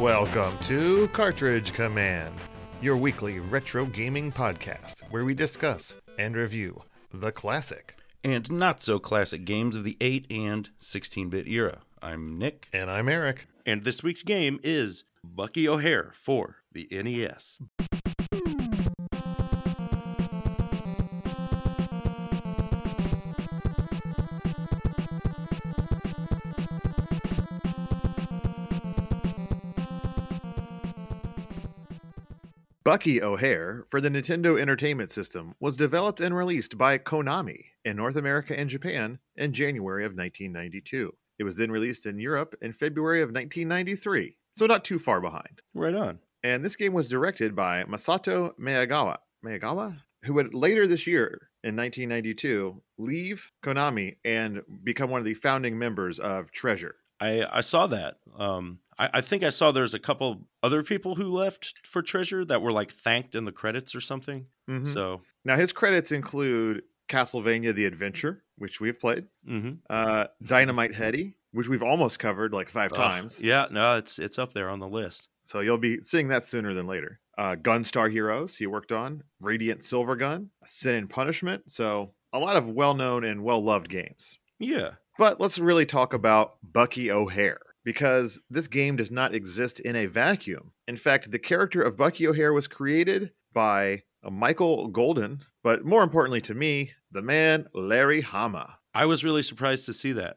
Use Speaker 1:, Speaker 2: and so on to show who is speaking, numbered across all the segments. Speaker 1: Welcome to Cartridge Command, your weekly retro gaming podcast where we discuss and review the classic.
Speaker 2: and not so classic games of the 8 and 16 bit era. I'm Nick.
Speaker 1: And I'm Eric.
Speaker 2: And this week's game is Bucky O'Hare for the E NES.
Speaker 1: Bucky O'Hare for the Nintendo Entertainment System was developed and released by Konami in North America and Japan in January of 1992. It was then released in Europe in February of 1993, so not too far behind.
Speaker 2: Right on.
Speaker 1: And this game was directed by Masato Maegawa, Maegawa, who would later this year in 1992 leave Konami and become one of the founding members of Treasure.
Speaker 2: I, I saw that. Um, I, I think I saw there's a couple other people who left for Treasure that were like thanked in the credits or something.
Speaker 1: Mhm.
Speaker 2: So,
Speaker 1: Now his credits include Castlevania: The Adventure, which we've played,
Speaker 2: mm-hmm.
Speaker 1: uh, Dynamite Heady, which we've almost covered like five times.
Speaker 2: yeah, no, it's it's up there on the list.
Speaker 1: So you'll be seeing that sooner than later. Uh, Gunstar Heroes, he worked on Radiant Silver Gun, Sin and Punishment. So a lot of well-known and well-loved games.
Speaker 2: Yeah.
Speaker 1: But let's really talk about Bucky O'Hare because this game does not exist in a vacuum. In fact, the character of Bucky O'Hare was created by uh, Michael Golden, but more importantly to me, the man Larry Hama.
Speaker 2: I was really surprised to see that.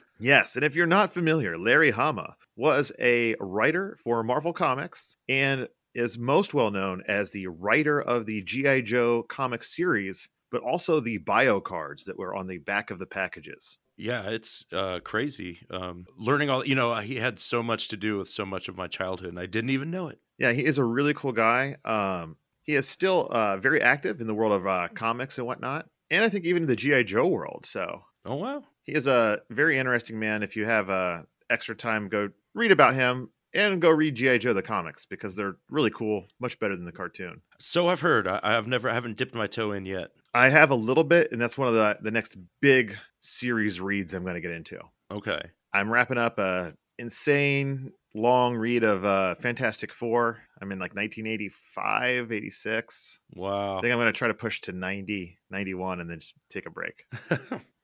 Speaker 1: Yes, and if you're not familiar, Larry Hama was a writer for Marvel Comics and is most well known as the writer of the G.I. Joe comic series, but also the bio cards that were on the back of the packages.
Speaker 2: yeah, it's uh, crazy. Um, learning all, you know, he had so much to do with so much of my childhood, and I didn't even know it.
Speaker 1: Yeah, he is a really cool guy. Um, he is still uh, very active in the world of uh, comics and whatnot, and I think even the GI Joe world. So
Speaker 2: Oh, wow.
Speaker 1: he is a very interesting man. If you have uh, extra time, go read about him and go read GI Joe the comics because they're really cool, much better than the cartoon.
Speaker 2: So I've heard. I, I've never, I haven't dipped my toe in yet.
Speaker 1: I have a little bit, and that's one of the the next big series reads I'm going to get into.
Speaker 2: Okay.
Speaker 1: I'm wrapping up a insane long read of uh, Fantastic Four. I'm in like 1985, 86.
Speaker 2: Wow.
Speaker 1: I think I'm going to try to push to 90, 91, and then just take a break.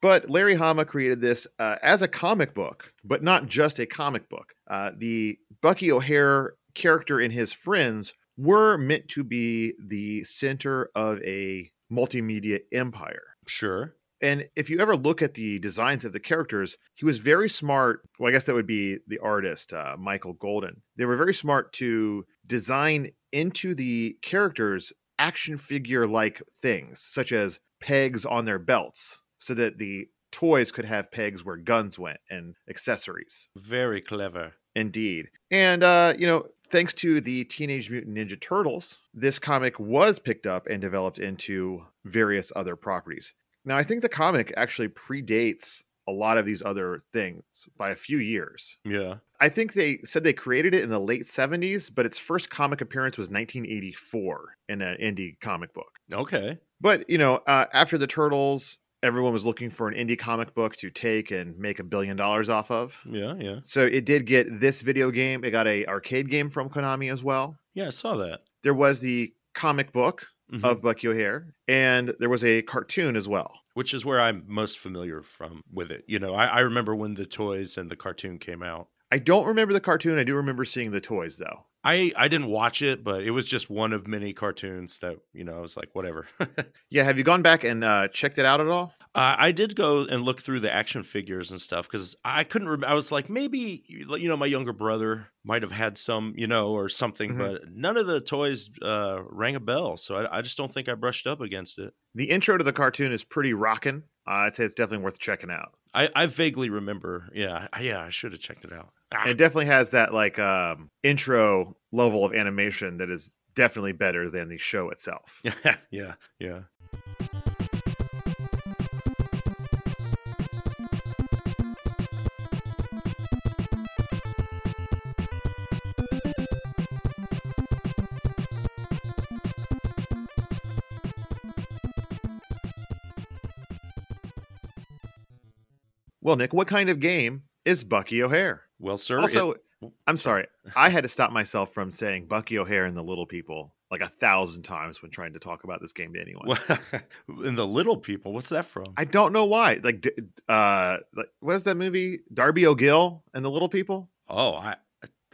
Speaker 1: But Larry Hama created this uh, as a comic book, but not just a comic book. Uh, the Bucky O'Hare character and his friends were meant to be the center of a multimedia empire.
Speaker 2: sure.
Speaker 1: And if you ever look at the designs of the characters, he was very smart. Well, I guess that would be the artist, uh, Michael Golden. They were very smart to design into the characters action figure like things, such as pegs on their belts, so that the toys could have pegs where guns went and accessories.
Speaker 2: Very clever.
Speaker 1: Indeed. And, uh, you know, thanks to the Teenage Mutant Ninja Turtles, this comic was picked up and developed into various other properties. Now, I think the comic actually predates a lot of these other things by a few years.
Speaker 2: Yeah.
Speaker 1: I think they said they created it in the late 70s, but its first comic appearance was 1984 in an indie comic book.
Speaker 2: Okay.
Speaker 1: But you know, uh, after the Turtles, everyone was looking for an indie comic book to take and make a billion dollars off of.
Speaker 2: Yeah. Yeah.
Speaker 1: So it did get this video game. It got a arcade game from Konami as well.
Speaker 2: Yeah. I saw that.
Speaker 1: There was the comic book
Speaker 2: Mhm.
Speaker 1: of Bucky O'Hare, and there was a cartoon as well.
Speaker 2: Which is where I'm most familiar from with it. You know, I, I remember when the toys and the cartoon came out.
Speaker 1: I don't remember the cartoon. I do remember seeing the toys though.
Speaker 2: I, I didn't watch it, but it was just one of many cartoons that, you know, I was like, whatever. I,
Speaker 1: Yeah, have you gone back and uh, checked it out at all?
Speaker 2: Uh, I did go and look through the action figures and stuff because I couldn't remember. I was like, maybe, you know, my younger brother might have had some, you know, or something,
Speaker 1: Mhm.
Speaker 2: but none of the toys uh, rang a bell. So I, I just don't think I brushed up against it.
Speaker 1: The intro to the cartoon is pretty rockin'. Uh, I'd say it's definitely worth checking out.
Speaker 2: I, I vaguely remember. Yeah, I- yeah, I should have checked it out. Ah,
Speaker 1: It definitely has that like um, intro level of animation that is definitely better than the show itself.
Speaker 2: yeah, yeah.
Speaker 1: Well, Nick, what kind of game is Bucky O'Hare?
Speaker 2: Well, sir, it-
Speaker 1: also, I'm sorry. I had to stop myself from saying Bucky O'Hare and the Little People like a thousand times when trying to talk about this game to anyone.
Speaker 2: and the little people, what's that from?
Speaker 1: I don't know why. Like, d- uh, like what is that movie? Darby O'Gill and the Little People.
Speaker 2: oh, I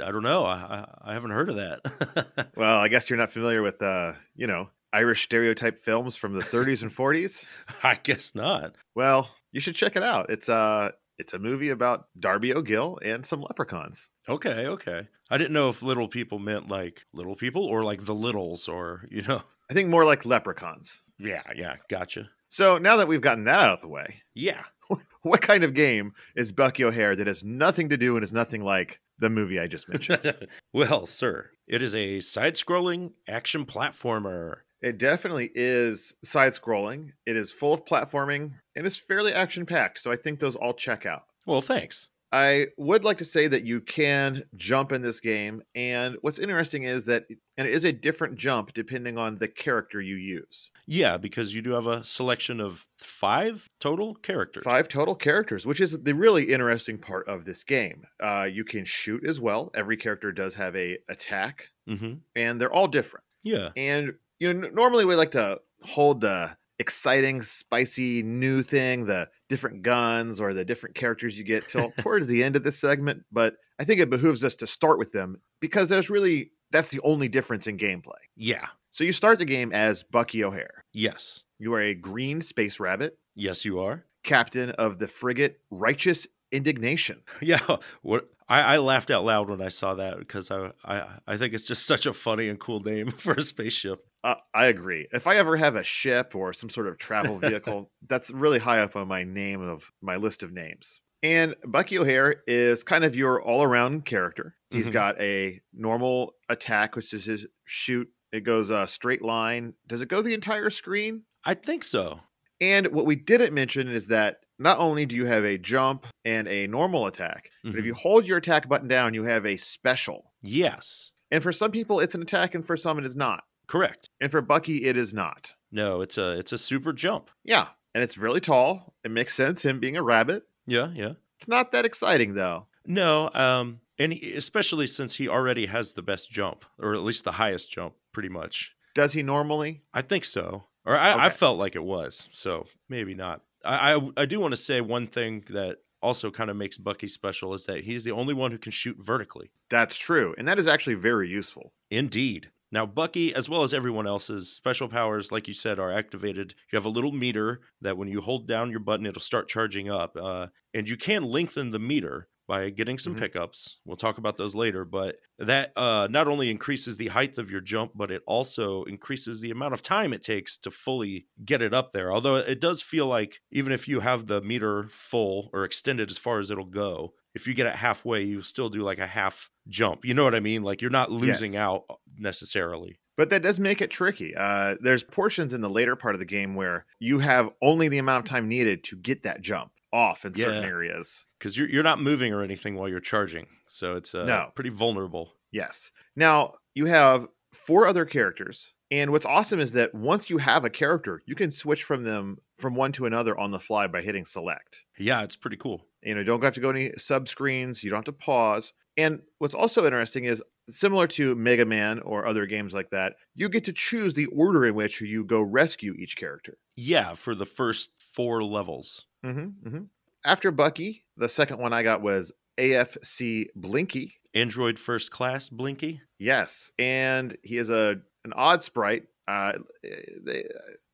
Speaker 2: I don't know. I I, I haven't heard of that.
Speaker 1: Well, I guess you're not familiar with uh, you know, Irish stereotype films from the 30s and 40s.
Speaker 2: I guess not.
Speaker 1: Well, you should check it out. It's uh it's a movie about Darby O'Gill and some leprechauns.
Speaker 2: Okay, okay. I didn't know if little people meant like little people or like the littles or you know.
Speaker 1: I think more like leprechauns.
Speaker 2: Yeah, yeah. Gotcha.
Speaker 1: So now that we've gotten that out of the way,
Speaker 2: Yeah.
Speaker 1: what kind of game is Bucky O'Hare that has nothing to do and is nothing like the movie I just mentioned?
Speaker 2: well, sir, it is a side-scrolling action platformer.
Speaker 1: it definitely is side scrolling. It is full of platforming and is fairly action packed. So I think those all check out.
Speaker 2: Well, thanks.
Speaker 1: I would like to say that you can jump in this game. And what's interesting is that, and it is a different jump depending on the character you use.
Speaker 2: Yeah, because you do have a selection of five total characters.
Speaker 1: Five total characters, which is the really interesting part of this game. Uh, you can shoot as well. Every character does have a attack,
Speaker 2: Mm-hmm.
Speaker 1: and they're all different.
Speaker 2: Yeah.
Speaker 1: And you know, n- normally we like to hold the exciting, spicy new thing, the different guns or the different characters you get till towards the end of this segment. But I think it behooves us to start with them because there's really that's the only difference in gameplay.
Speaker 2: Yeah.
Speaker 1: So you start the game as Bucky O'Hare.
Speaker 2: Yes.
Speaker 1: You are a green space rabbit,
Speaker 2: Yes, you are.
Speaker 1: captain of the frigate Righteous Indignation.
Speaker 2: Yeah, what I, I laughed out loud when I saw that because I, I I think it's just such a funny and cool name for a spaceship.
Speaker 1: Uh, I agree. If I ever have a ship or some sort of travel vehicle, that's really high up on my name of my list of names. And Bucky O'Hare is kind of your all around character. He's
Speaker 2: Mhm.
Speaker 1: got a normal attack, which is his shoot. It goes a straight line. Does it go the entire screen?
Speaker 2: I think so.
Speaker 1: And what we didn't mention is that not only do you have a jump and a normal attack, but if
Speaker 2: Mhm.
Speaker 1: you hold your attack button down, you have a special.
Speaker 2: Yes,
Speaker 1: And for some people, it's an attack, and for some, it is not.
Speaker 2: correct.
Speaker 1: And for Bucky, it is not.
Speaker 2: No, it's a it's a super jump.
Speaker 1: Yeah, and it's really tall. It makes sense him being a rabbit.
Speaker 2: Yeah, yeah.
Speaker 1: It's not that exciting though.
Speaker 2: No, um, and he, especially since he already has the best jump, or at least the highest jump, pretty much.
Speaker 1: Does he normally?
Speaker 2: I think so, or I, I
Speaker 1: Okay.
Speaker 2: felt like it was. So maybe not. I I, I do want to say one thing that also kind of makes Bucky special is that he's the only one who can shoot vertically.
Speaker 1: That's true, and that is actually very useful.
Speaker 2: Indeed. Now, Bucky, as well as everyone else's special powers, like you said, are activated. You have a little meter that when you hold down your button, it'll start charging up. Uh, and you can lengthen the meter by getting some
Speaker 1: Mhm.
Speaker 2: pickups. We'll talk about those later. But that uh, not only increases the height of your jump, but it also increases the amount of time it takes to fully get it up there. Although it does feel like even if you have the meter full or extended as far as it'll go, if you get it halfway, you still do like a half jump. You know what I mean? Like you're not losing
Speaker 1: Yes.
Speaker 2: out uh, necessarily.
Speaker 1: But that does make it tricky. Uh, there's portions in the later part of the game where you have only the amount of time needed to get that jump off in certain
Speaker 2: Yeah.
Speaker 1: areas.
Speaker 2: Because you're you're not moving or anything while you're charging. So it's uh,
Speaker 1: No.
Speaker 2: pretty vulnerable.
Speaker 1: Yes. Now you have four other characters, and what's awesome is that once you have a character, you can switch from them from one to another on the fly by hitting select.
Speaker 2: Yeah, it's pretty cool.
Speaker 1: You know, you don't have to go any sub screens. You don't have to pause. And what's also interesting is similar to Mega Man or other games like that, you get to choose the order in which you go rescue each character.
Speaker 2: Yeah, for the first four levels.
Speaker 1: Mm-hmm, After Bucky, the second one I got was AFC Blinky.
Speaker 2: Android first class, Blinky.
Speaker 1: Yes, and he is a an odd sprite. Uh, they,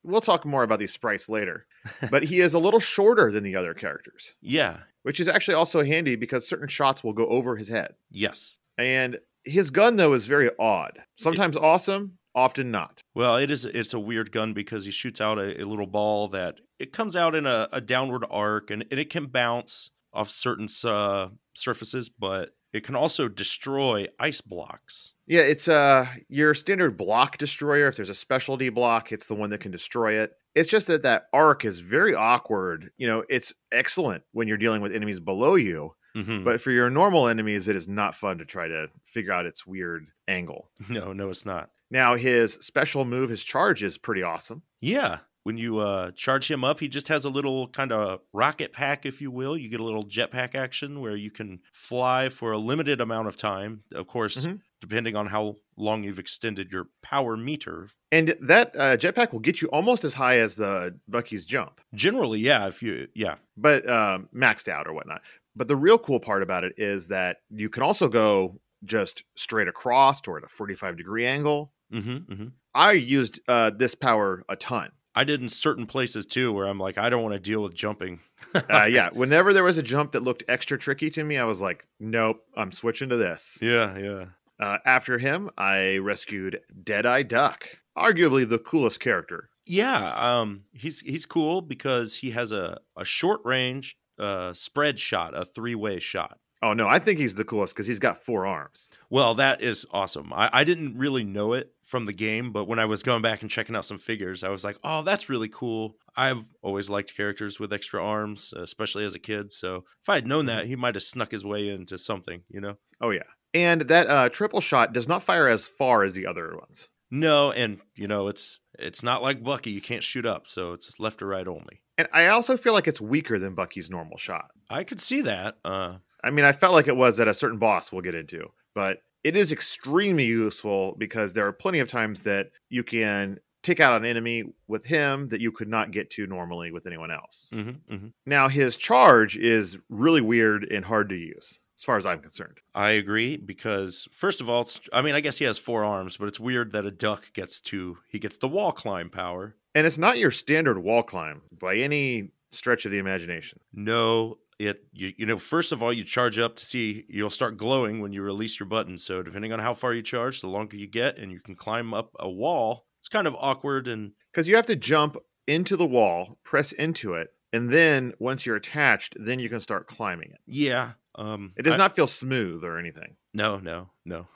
Speaker 1: we'll talk more about these sprites later, but he is a little shorter than the other characters,
Speaker 2: Yeah.
Speaker 1: which is actually also handy because certain shots will go over his head.
Speaker 2: Yes.
Speaker 1: And his gun though is very odd. Sometimes awesome, often not.
Speaker 2: Well, it is. It's a weird gun because he shoots out a, a little ball that it comes out in a, a downward arc, and, and it can bounce off certain uh, surfaces, but it can also destroy ice blocks.
Speaker 1: Yeah, it's uh your standard block destroyer. If there's a specialty block, it's the one that can destroy it. It's just that that arc is very awkward. You know, it's excellent when you're dealing with enemies below you,
Speaker 2: Mhm.
Speaker 1: but for your normal enemies, it is not fun to try to figure out its weird angle.
Speaker 2: no, no, it's not.
Speaker 1: Now, his special move, his charge, is pretty awesome.
Speaker 2: Yeah, when you uh, charge him up, he just has a little kind of rocket pack, if you will. You get a little jetpack action where you can fly for a limited amount of time. Of course,
Speaker 1: Mhm.
Speaker 2: depending on how long you've extended your power meter.
Speaker 1: And that uh, jetpack will get you almost as high as the Bucky's jump,
Speaker 2: Generally, yeah, if you, yeah,
Speaker 1: but um, maxed out or whatnot. But the real cool part about it is that you can also go just straight across or at a 45 degree angle.
Speaker 2: mm-hmm, mm-hmm.
Speaker 1: I used uh, this power a ton.
Speaker 2: I did in certain places too where I'm like, I don't want to deal with jumping.
Speaker 1: Uh, yeah, whenever there was a jump that looked extra tricky to me, I was like, nope, I'm switching to this.
Speaker 2: Yeah, yeah.
Speaker 1: Uh, after him, I rescued Deadeye Duck, arguably the coolest character.
Speaker 2: Yeah, um, he's he's cool because he has a a short range uh, spread shot, a three way shot.
Speaker 1: Oh no, I think he's the coolest because he's got four arms.
Speaker 2: Well, that is awesome. I, I didn't really know it from the game, but when I was going back and checking out some figures, I was like, oh, that's really cool. I've always liked characters with extra arms, especially as a kid. So if I had known that, he might have snuck his way into something, you know?
Speaker 1: Oh yeah, and that uh, triple shot does not fire as far as the other ones.
Speaker 2: No, and you know, it's it's not like Bucky, you can't shoot up, so it's left or right only.
Speaker 1: And I also feel like it's weaker than Bucky's normal shot.
Speaker 2: I could see that. Uh
Speaker 1: I mean, I felt like it was at a certain boss we'll get into, but it is extremely useful because there are plenty of times that you can take out an enemy with him that you could not get to normally with anyone else.
Speaker 2: mhm, mhm.
Speaker 1: Now, his charge is really weird and hard to use, as far as I'm concerned.
Speaker 2: I agree because first of all, it's, I mean, I guess he has four arms, but it's weird that a duck gets to he gets the wall climb power.
Speaker 1: And it's not your standard wall climb by any stretch of the imagination.
Speaker 2: No, it you, you know first of all you charge up to see you'll start glowing when you release your button. So depending on how far you charge, the longer you get, and you can climb up a wall. It's kind of awkward and
Speaker 1: Because you have to jump into the wall, press into it, and then once you're attached, then you can start climbing it.
Speaker 2: yeah. Um,
Speaker 1: It does
Speaker 2: I-
Speaker 1: not feel smooth or anything.
Speaker 2: No, no, no.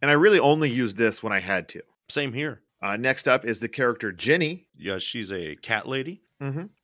Speaker 1: And I really only used this when I had to.
Speaker 2: Same here.
Speaker 1: Uh, next up is the character Jenny.
Speaker 2: Yeah, she's a cat lady.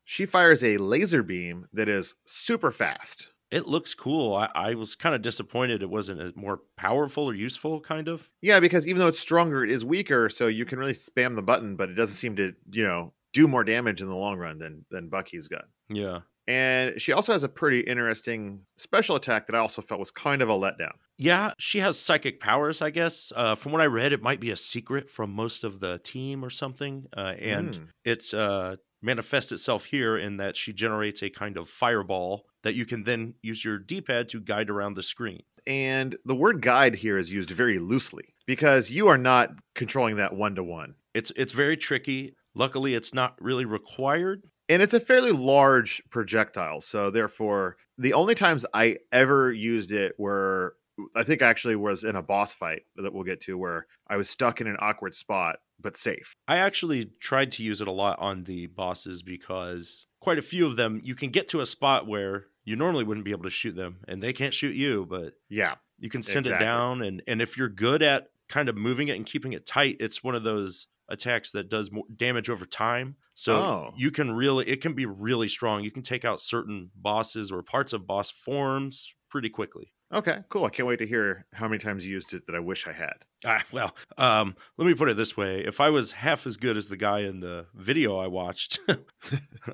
Speaker 1: She fires a laser beam that is super fast.
Speaker 2: It looks cool. I, I was kind of disappointed it wasn't as more powerful or useful, kind of.
Speaker 1: Yeah, because even though it's stronger, it is weaker, so you can really spam the button, but it doesn't seem to, you know, do more damage in the long run than than Bucky's gun.
Speaker 2: Yeah.
Speaker 1: And she also has a pretty interesting special attack that I also felt was kind of a letdown.
Speaker 2: Yeah, she has psychic powers, I guess. Uh, from what I read, it might be a secret from most of the team or something. Uh, and
Speaker 1: Mm.
Speaker 2: it's uh, manifests itself here in that she generates a kind of fireball that you can then use your D-pad to guide around the screen.
Speaker 1: and the word guide here is used very loosely because you are not controlling that one to one.
Speaker 2: It's it's very tricky. Luckily, it's not really required.
Speaker 1: And it's a fairly large projectile. So, therefore, the only times I ever used it were, I think actually was in a boss fight that we'll get to where I was stuck in an awkward spot, but safe.
Speaker 2: I actually tried to use it a lot on the bosses because quite a few of them you can get to a spot where you normally wouldn't be able to shoot them, and they can't shoot you, but
Speaker 1: Yeah.
Speaker 2: you can send
Speaker 1: Exactly.
Speaker 2: it down and and if you're good at kind of moving it and keeping it tight it's one of those attacks that does more damage over time so
Speaker 1: Oh.
Speaker 2: you can really it can be really strong you can take out certain bosses or parts of boss forms pretty quickly
Speaker 1: Okay, cool. I can't wait to hear how many times you used it that I wish I had.
Speaker 2: ah, well um let me put it this way if i was half as good as the guy in the video i watched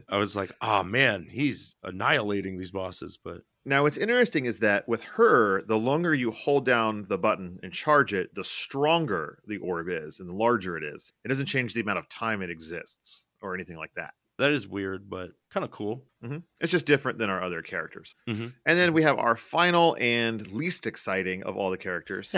Speaker 2: i was like oh man he's annihilating these bosses but
Speaker 1: Now, what's interesting is that with her, the longer you hold down the button and charge it, the stronger the orb is and the larger it is. It doesn't change the amount of time it exists or anything like that.
Speaker 2: that is weird but kind of cool
Speaker 1: hmm It's just different than our other characters.
Speaker 2: Mhm.
Speaker 1: And then we have our final and least exciting of all the characters.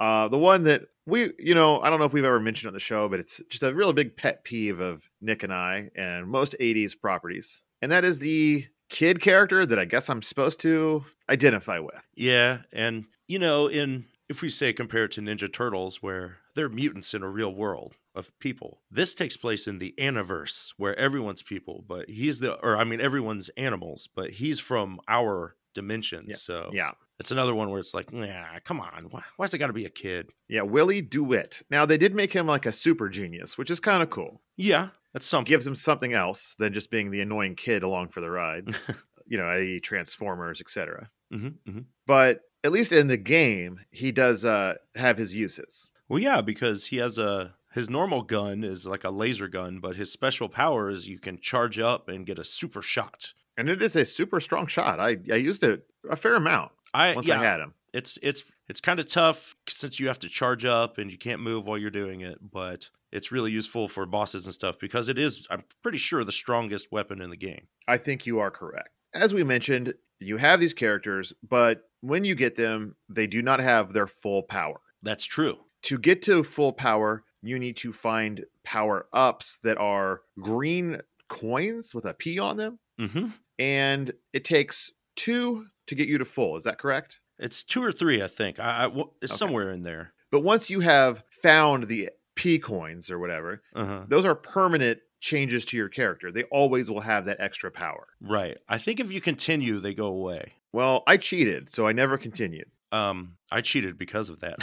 Speaker 1: uh, the one that we, you know, I don't know if we've ever mentioned on the show, but it's just a real big pet peeve of Nick and I and most 80s properties. And that is the kid character that I guess I'm supposed to identify with.
Speaker 2: Yeah, and you know, in if we say compare it to Ninja Turtles, where they're mutants in a real world of people, this takes place in the Aniverse, where everyone's people, but he's the, or I mean, everyone's animals, but he's from our dimension. So
Speaker 1: Yeah.
Speaker 2: it's another one where it's like, nah, come on, why, why's it got to be a kid?
Speaker 1: Yeah, Willie DeWitt. Now they did make him like a super genius, which is kind of cool.
Speaker 2: Yeah, that's something.
Speaker 1: Gives him something else than just being the annoying kid along for the ride. you know, i.e. Transformers, etc.
Speaker 2: hmm hmm
Speaker 1: But at least in the game, he does uh have his uses.
Speaker 2: Well, yeah, because he has a his normal gun is like a laser gun, but his special power is you can charge up and get a super shot.
Speaker 1: And it is a super strong shot. I, I used it a fair amount
Speaker 2: I
Speaker 1: once
Speaker 2: Eh, yeah,
Speaker 1: I had him.
Speaker 2: it's it's it's kind of tough since you have to charge up and you can't move while you're doing it, but it's really useful for bosses and stuff because it is I'm pretty sure the strongest weapon in the game.
Speaker 1: I think you are correct. As we mentioned, you have these characters, but when you get them, they do not have their full power.
Speaker 2: That's true.
Speaker 1: To get to full power, you need to find power ups that are green coins with a P on them.
Speaker 2: hmm
Speaker 1: And it takes two to get you to full. Is that correct?
Speaker 2: It's two or three, I think. I, I w- it's somewhere in there.
Speaker 1: But once you have found the P coins or whatever,
Speaker 2: Uh-huh.
Speaker 1: those are permanent changes to your character. They always will have that extra power.
Speaker 2: Right. I think if you continue, they go away.
Speaker 1: Well, I cheated, so I never continued.
Speaker 2: Um, I cheated because of that.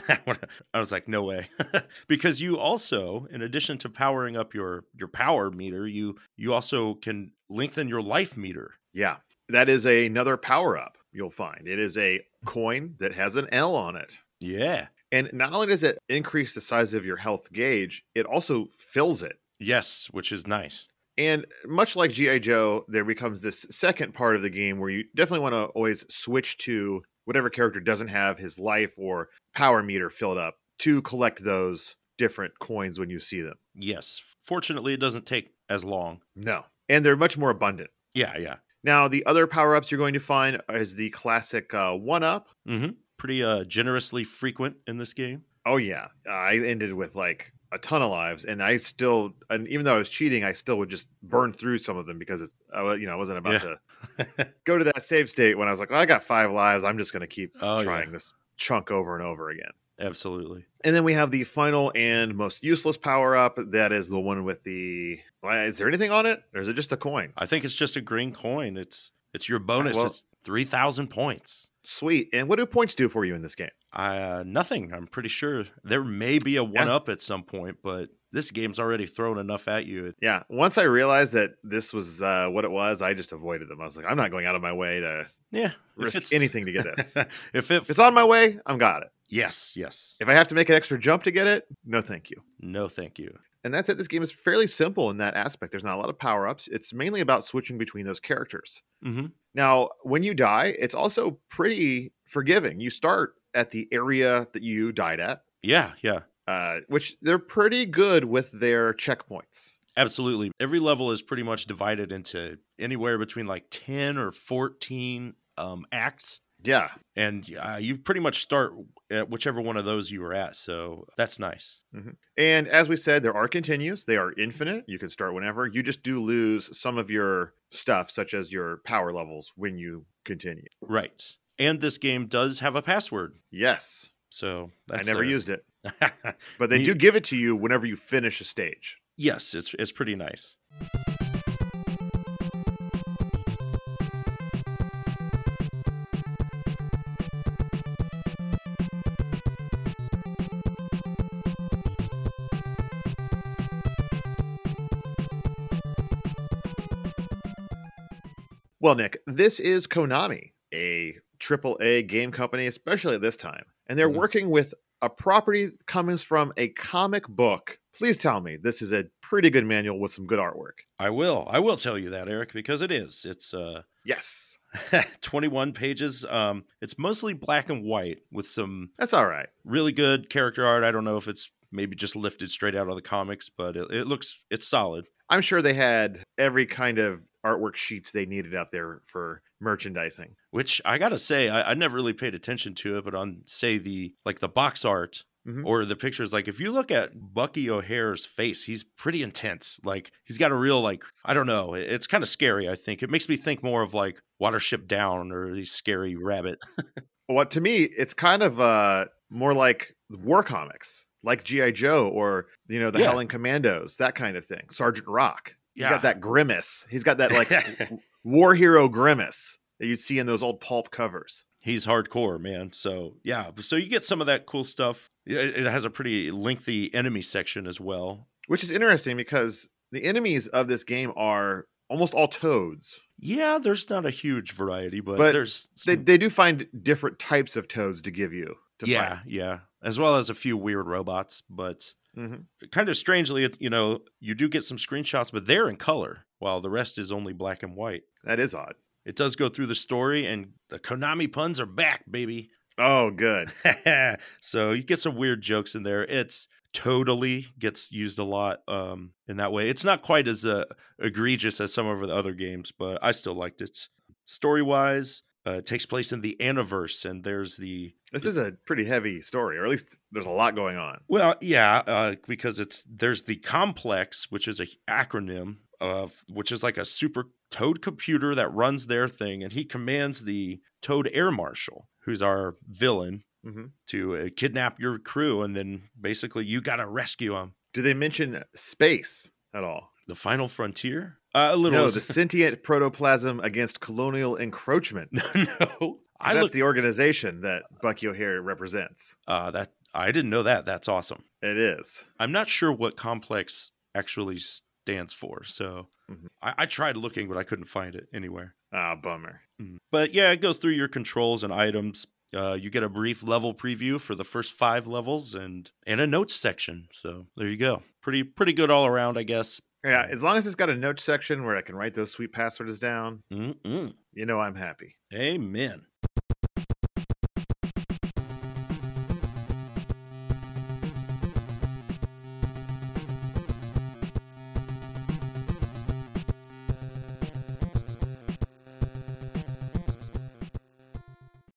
Speaker 2: I was like, no way, because you also, in addition to powering up your your power meter, you you also can lengthen your life meter.
Speaker 1: Yeah. That is another power up you'll find. It is a coin that has an L on it.
Speaker 2: Yeah.
Speaker 1: And not only does it increase the size of your health gauge, it also fills it.
Speaker 2: Yes, which is nice.
Speaker 1: And much like G.I. Joe, there becomes this second part of the game where you definitely want to always switch to whatever character doesn't have his life or power meter filled up to collect those different coins when you see them.
Speaker 2: Yes. Fortunately, it doesn't take as long.
Speaker 1: No. And they're much more abundant.
Speaker 2: Yeah. Yeah.
Speaker 1: Now, the other power ups you're going to find is the classic uh, one up.
Speaker 2: Mm-hmm. Pretty uh, generously frequent in this game.
Speaker 1: Oh, yeah. I ended with like a ton of lives, and I still, and even though I was cheating, I still would just burn through some of them because it's, I, wa- you know, I wasn't about
Speaker 2: Yeah.
Speaker 1: to go to that save state when I was like, well, I got five lives. I'm just going to keep
Speaker 2: Oh, yeah.
Speaker 1: trying this chunk over and over again.
Speaker 2: Absolutely.
Speaker 1: And then we have the final and most useless power up. That is the one with the. why- Is there anything on it? Or is it just a coin?
Speaker 2: I think it's just a green coin. It's it's your bonus.
Speaker 1: Well-
Speaker 2: it's three thousand points.
Speaker 1: Sweet. And what do points do for you in this game?
Speaker 2: Uh, nothing. I'm pretty sure there may be a one up at some point, but this game's already thrown enough at you. It-
Speaker 1: Yeah. Once I realized that this was uh, what it was, I just avoided them. I was like, I'm not going out of my way to
Speaker 2: yeah, if
Speaker 1: risk
Speaker 2: it's-
Speaker 1: anything to get this.
Speaker 2: if
Speaker 1: if
Speaker 2: it,
Speaker 1: it's on my way, I'm got it.
Speaker 2: yes, yes,
Speaker 1: If I have to make an extra jump to get it, no, thank you.
Speaker 2: no, thank you.
Speaker 1: And that's it. This game is fairly simple in that aspect. There's not a lot of power ups. It's mainly about switching between those characters.
Speaker 2: hmm
Speaker 1: Now, when you die, it's also pretty forgiving. You start at the area that you died at,
Speaker 2: Yeah, yeah,
Speaker 1: uh, which they're pretty good with their checkpoints.
Speaker 2: absolutely. Every level is pretty much divided into anywhere between like ten or fourteen um, acts,
Speaker 1: Yeah.
Speaker 2: and uh, you pretty much start at whichever one of those you were at. So that's nice.
Speaker 1: And as we said, there are continues. They are infinite. You can start whenever. You just do lose some of your stuff, such as your power levels, when you continue.
Speaker 2: Right. And this game does have a password.
Speaker 1: Yes.
Speaker 2: So that's
Speaker 1: I never
Speaker 2: there.
Speaker 1: used it, but they
Speaker 2: Me-
Speaker 1: do give it to you whenever you finish a stage.
Speaker 2: yes, it's it's pretty nice.
Speaker 1: Well, Nick, this is Konami, a AAA game company, especially at this time. And they're
Speaker 2: Mhm.
Speaker 1: working with a property that comes from a comic book. Please tell me this is a pretty good manual with some good artwork.
Speaker 2: I will. I will tell you that, Eric, because it is. It's uh
Speaker 1: Yes,
Speaker 2: 21 pages. Um it's mostly black and white with some
Speaker 1: that's all right.
Speaker 2: really good character art. I don't know if it's maybe just lifted straight out of the comics, but it, it looks it's solid.
Speaker 1: I'm sure they had every kind of artwork sheets they needed out there for merchandising.
Speaker 2: Which I gotta say, I, I never really paid attention to it, but on say the like the box art
Speaker 1: Mhm.
Speaker 2: or the pictures, like if you look at Bucky O'Hare's face, he's pretty intense. Like he's got a real like I don't know, it- it's kind of scary. I think it makes me think more of like Watership Down or the Scary Rabbit.
Speaker 1: What to me, it's kind of uh, more like war comics, like G.I. Joe or, you know, the
Speaker 2: Yeah.
Speaker 1: Howling Commandos, that kind of thing. Sergeant Rock. He's got that grimace. He's got that like
Speaker 2: like
Speaker 1: war hero grimace that you'd see in those old pulp covers.
Speaker 2: he's hardcore man so yeah so you get some of that cool stuff it, it has a pretty lengthy enemy section as well
Speaker 1: Which is interesting because the enemies of this game are almost all toads.
Speaker 2: yeah there's not a huge variety but,
Speaker 1: But
Speaker 2: there's
Speaker 1: They,
Speaker 2: some-
Speaker 1: they do find different types of toads to give you to
Speaker 2: yeah
Speaker 1: fight.
Speaker 2: yeah as well as a few weird robots but
Speaker 1: Mhm.
Speaker 2: kind of strangely, it- you know, you do get some screenshots, but they're in color while the rest is only black and white.
Speaker 1: That is odd.
Speaker 2: It does go through the story, and the Konami puns are back, baby.
Speaker 1: Oh, good.
Speaker 2: so you get some weird jokes in there. It's totally gets used a lot um, in that way. It's not quite as uh, egregious as some of the other games, but I still liked it. Story wise, uh, it takes place in the Aniverse, and there's the
Speaker 1: This is a pretty heavy story, or at least there's a lot going on.
Speaker 2: Well, yeah, uh, because it's there's the complex, which is a acronym of which is like a super toad computer that runs their thing, and he commands the toad air marshal, who's our villain,
Speaker 1: Mhm.
Speaker 2: to uh, kidnap your crew, and then basically you got to rescue him.
Speaker 1: Do they mention space at all?
Speaker 2: The final frontier, uh, a little.
Speaker 1: No, the sentient protoplasm against colonial encroachment.
Speaker 2: no, no. I
Speaker 1: that's
Speaker 2: looked.
Speaker 1: the organization that Bucky O'Hare represents.
Speaker 2: uh, that I didn't know that. That's awesome.
Speaker 1: It is.
Speaker 2: I'm not sure what complex actually stands for, so
Speaker 1: Mhm.
Speaker 2: I, I tried looking, but I couldn't find it anywhere.
Speaker 1: Ah, bummer.
Speaker 2: Mm. But yeah, it goes through your controls and items. Uh, you get a brief level preview for the first five levels and and a notes section. So there you go. Pretty pretty good all around, I guess.
Speaker 1: Yeah, as long as it's got a note section where I can write those sweet passwords down,
Speaker 2: Mm-mm.
Speaker 1: you know I'm happy.
Speaker 2: Amen.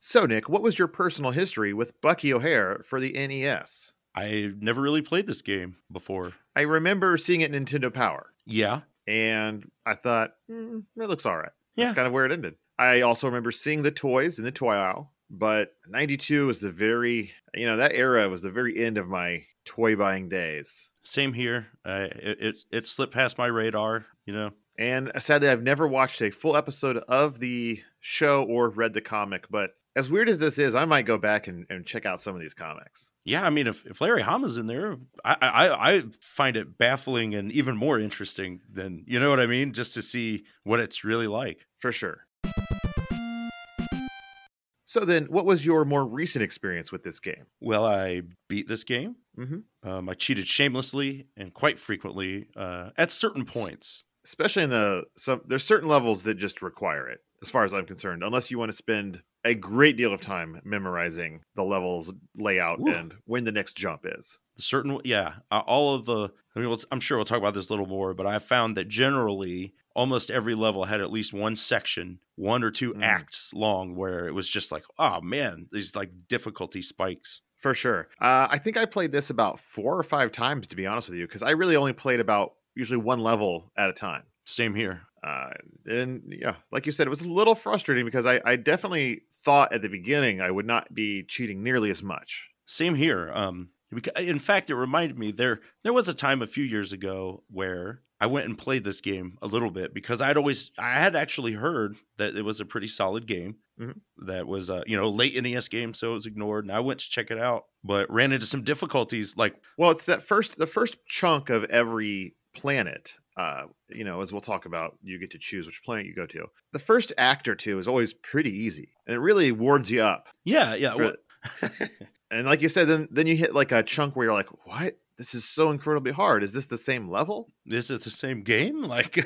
Speaker 1: So, Nick, what was your personal history with Bucky O'Hare for the E NES?
Speaker 2: I never really played this game before.
Speaker 1: I remember seeing it in Nintendo Power,
Speaker 2: Yeah.
Speaker 1: and I thought, mm, it looks all right.
Speaker 2: Yeah.
Speaker 1: That's kind of where it ended. I also remember seeing the toys in the toy aisle, but 92 was the very, you know, that era was the very end of my toy buying days.
Speaker 2: Same here. Uh, it, it it slipped past my radar. You know.
Speaker 1: And uh, sadly, I've never watched a full episode of the show or read the comic. But as weird as this is, I might go back and, and check out some of these comics.
Speaker 2: Yeah, I mean, if, if Larry Hama's in there, I, I I find it baffling and even more interesting than you know what I mean. Just to see what it's really like.
Speaker 1: for sure. So then, what was your more recent experience with this game?
Speaker 2: Well, I beat this game.
Speaker 1: Mhm.
Speaker 2: Um, I cheated shamelessly and quite frequently uh, at certain points.
Speaker 1: Especially in the some, there's certain levels that just require it, as far as I'm concerned. Unless you want to spend a great deal of time memorizing the levels layout
Speaker 2: Ooh.
Speaker 1: and when the next jump is.
Speaker 2: Certain, yeah, uh, all of the. I mean, we'll, I'm sure we'll talk about this a little more, but I found that generally almost every level had at least one section, one or two
Speaker 1: Mm.
Speaker 2: acts long, where it was just like, oh man, these like difficulty spikes.
Speaker 1: For sure. Uh, I think I played this about four or five times, to be honest with you, because I really only played about usually one level at a time.
Speaker 2: Same here.
Speaker 1: uh, and yeah, like you said, it was a little frustrating because I, I definitely thought at the beginning I would not be cheating nearly as much.
Speaker 2: Same here. Um, beca- in fact, it reminded me there there was a time a few years ago where I went and played this game a little bit because I'd always I had actually heard that it was a pretty solid game
Speaker 1: Mhm.
Speaker 2: that was uh, you know late NES game, so it was ignored, and I went to check it out, but ran into some difficulties. Like
Speaker 1: Well, it's that first the first chunk of every planet. Uh, you know, as we'll talk about, you get to choose which planet you go to. The first act or two is always pretty easy, and it really warms you up.
Speaker 2: yeah, yeah,
Speaker 1: for-
Speaker 2: well-
Speaker 1: and like you said, then then you hit like a chunk where you're like, "What? This is so incredibly hard. Is this the same level?"
Speaker 2: this is the same game. Like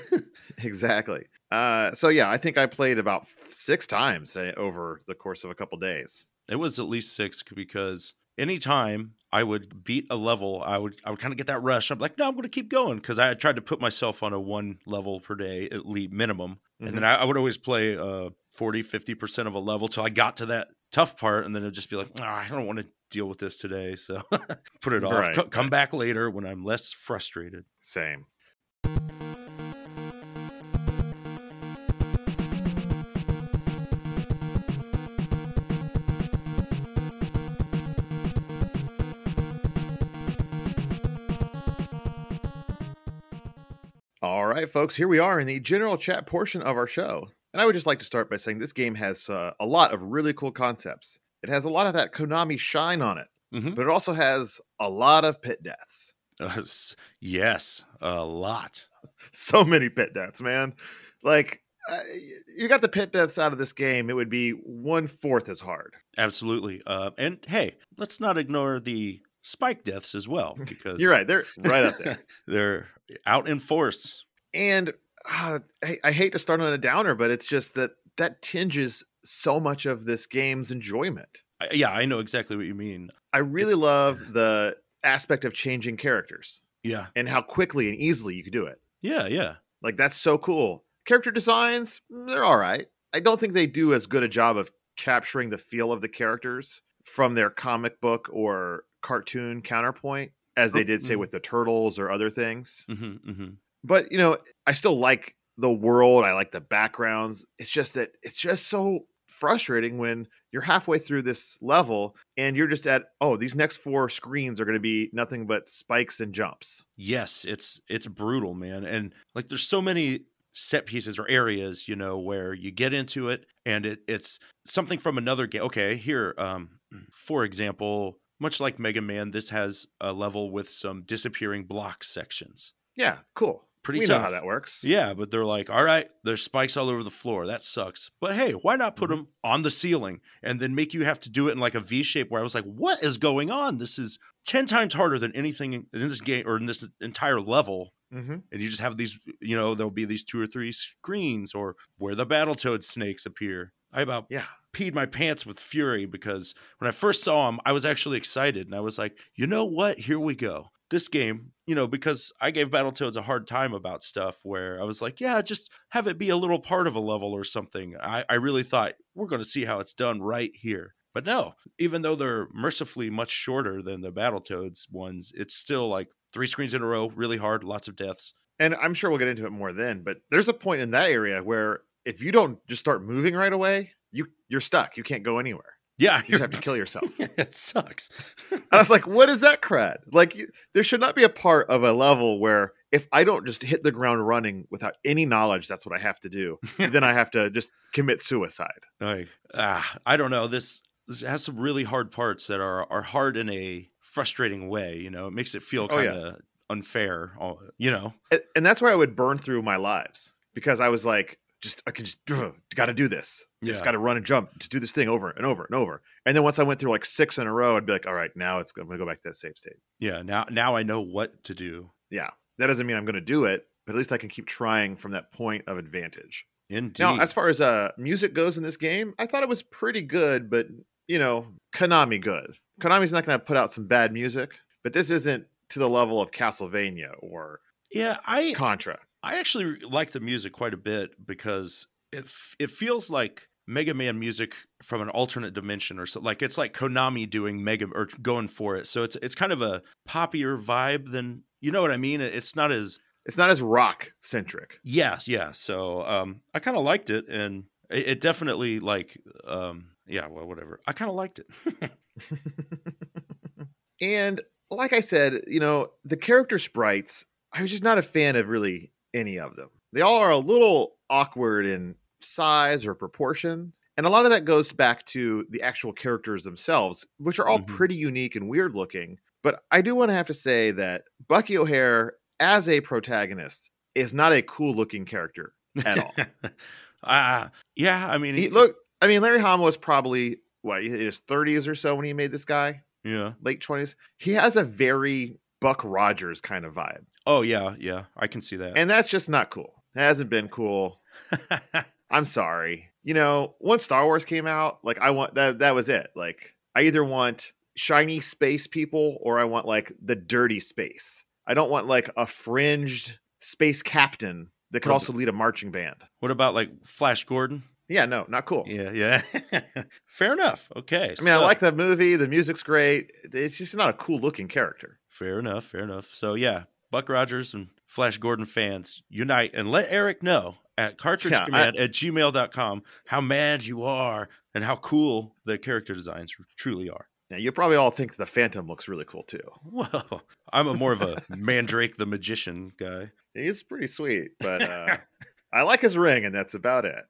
Speaker 1: Exactly. Uh, so yeah, I think I played about six times uh, over the course of a couple days.
Speaker 2: it was at least six because anytime I would beat a level, I would I would kind of get that rush. I'm like, no, I'm going to keep going because I tried to put myself on a one level per day at least minimum, and
Speaker 1: Mm-hmm.
Speaker 2: then I, I would always play uh 40, 50 percent of a level till I got to that tough part, and then it'd just be like, "Ah, I don't want to deal with this today, so put it off.
Speaker 1: Right.
Speaker 2: Co- come back later when I'm less frustrated.
Speaker 1: Same. All right, folks, here we are in the general chat portion of our show. And I would just like to start by saying this game has uh, a lot of really cool concepts. It has a lot of that Konami shine on it,
Speaker 2: Mhm.
Speaker 1: but it also has a lot of pit deaths.
Speaker 2: Uh, s- yes, a lot.
Speaker 1: so many pit deaths, man. Like uh, y- you got the pit deaths out of this game, it would be one fourth as hard.
Speaker 2: Absolutely. Uh, and hey, let's not ignore the spike deaths as well because
Speaker 1: You're right. They're right up there.
Speaker 2: they're out in force.
Speaker 1: And uh, I, I hate to start on a downer, but it's just that that tinges so much of this game's enjoyment.
Speaker 2: I- yeah, I know exactly what you mean.
Speaker 1: I really love the aspect of changing characters
Speaker 2: Yeah,
Speaker 1: and how quickly and easily you could do it.
Speaker 2: yeah, yeah.
Speaker 1: Like that's so cool. Character designs, mm, they're all right. I don't think they do as good a job of capturing the feel of the characters from their comic book or cartoon counterpoint as they did say
Speaker 2: Mm-hmm.
Speaker 1: with the turtles or other things.
Speaker 2: hmm hmm
Speaker 1: But, you know, I still like the world, I like the backgrounds. It's just that it's just so frustrating when you're halfway through this level and you're just at oh, these next four screens are going to be nothing but spikes and jumps.
Speaker 2: Yes, it's it's brutal, man. And like, there's so many set pieces or areas, you know, where you get into it and it, it's something from another game. Okay, here, um, for example, much like Mega Man, this has a level with some disappearing block sections.
Speaker 1: Yeah, cool.
Speaker 2: Pretty
Speaker 1: we
Speaker 2: tough.
Speaker 1: know how that works.
Speaker 2: Yeah, but they're like, all right, there's spikes all over the floor. That sucks. But hey, why not put
Speaker 1: Mhm.
Speaker 2: them on the ceiling and then make you have to do it in like a V shape where I was like, what is going on? This is 10 times harder than anything in in this game or in this entire level.
Speaker 1: Mm-hmm.
Speaker 2: And you just have these, you know, there'll be these two or three screens or where the Battletoad snakes appear. I about
Speaker 1: Yeah.
Speaker 2: peed my pants with fury because when I first saw him, I was actually excited and I was like, you know what? Here we go. This game, you know, because I gave Battletoads a hard time about stuff where I was like, yeah, just have it be a little part of a level or something. I, I really thought we're going to see how it's done right here. But no, even though they're mercifully much shorter than the Battletoads ones, it's still like three screens in a row, really hard, lots of deaths.
Speaker 1: and I'm sure we'll get into it more then, but there's a point in that area where if you don't just start moving right away, you you're stuck. You can't go anywhere.
Speaker 2: Yeah,
Speaker 1: You just have to kill yourself. and
Speaker 2: it sucks.
Speaker 1: I was like, what is that crud? Like you- there should not be a part of a level where if I don't just hit the ground running without any knowledge that's what I have to do, then I have to just commit suicide.
Speaker 2: like ah, I don't know. This this has some really hard parts that are are hard in a frustrating way. You know, it makes it feel
Speaker 1: Oh,
Speaker 2: kind
Speaker 1: yeah.
Speaker 2: of unfair. all- You know,
Speaker 1: And, and that's where I would burn through my lives because I was like just I can just got to do this. Just
Speaker 2: Yeah.
Speaker 1: got to run and jump to do this thing over and over and over. And then once I went through like six in a row, I'd be like, all right, now it's I'm gonna go back to that save state.
Speaker 2: yeah. Now now I know what to do.
Speaker 1: that doesn't mean I'm going to do it, but at least I can keep trying from that point of advantage.
Speaker 2: Indeed.
Speaker 1: Now, as far as uh, music goes in this game, I thought it was pretty good, but you know, Konami good. Konami's not going to put out some bad music, but this isn't to the level of Castlevania or
Speaker 2: yeah, I
Speaker 1: Contra.
Speaker 2: I actually like the music quite a bit because it f- it feels like Mega Man music from an alternate dimension or so. Like it's like Konami doing Mega or going for it. So it's it's kind of a poppier vibe than you know what I mean. It- It's not as
Speaker 1: It's not as rock centric.
Speaker 2: Yes, yeah. So um, I kind of liked it, and it, it definitely like um, yeah, well, whatever. I kind of liked it.
Speaker 1: And like I said, you know, the character sprites, I was just not a fan of really any of them. They all are a little awkward in size or proportion. And a lot of that goes back to the actual characters themselves, which are all
Speaker 2: Mhm.
Speaker 1: pretty unique and weird looking. But I do want to have to say that Bucky O'Hare, as a protagonist, is not a cool looking character at all.
Speaker 2: Ah, yeah. I mean,
Speaker 1: he, look, I mean, Larry Hama was probably, what, in his 30s or so when he made this guy?
Speaker 2: yeah.
Speaker 1: late twenties. He has a very Buck Rogers kind of vibe,
Speaker 2: Oh, yeah, yeah. I can see that.
Speaker 1: and that's just not cool. It hasn't been cool. I'm sorry. You know, once Star Wars came out, like I want that. That was it. Like I either want shiny space people or I want like the dirty space. I don't want like a fringed space captain that could
Speaker 2: Or-
Speaker 1: also lead a marching band.
Speaker 2: what about like Flash Gordon?
Speaker 1: Yeah, no, not cool.
Speaker 2: Yeah, yeah. Fair enough. Okay.
Speaker 1: I mean, I like that movie. The music's great. It's just not a cool looking character.
Speaker 2: Fair enough. Fair enough. So yeah, Buck Rogers and Flash Gordon fans unite and let Eric know at cartridge
Speaker 1: Yeah, I-
Speaker 2: command at gmail.com how mad you are and how cool the character designs truly are.
Speaker 1: Now, you probably all think the Phantom looks really cool too.
Speaker 2: Well, I'm a more of a Mandrake the Magician guy.
Speaker 1: He's pretty sweet, but uh, I like his ring, and that's about it.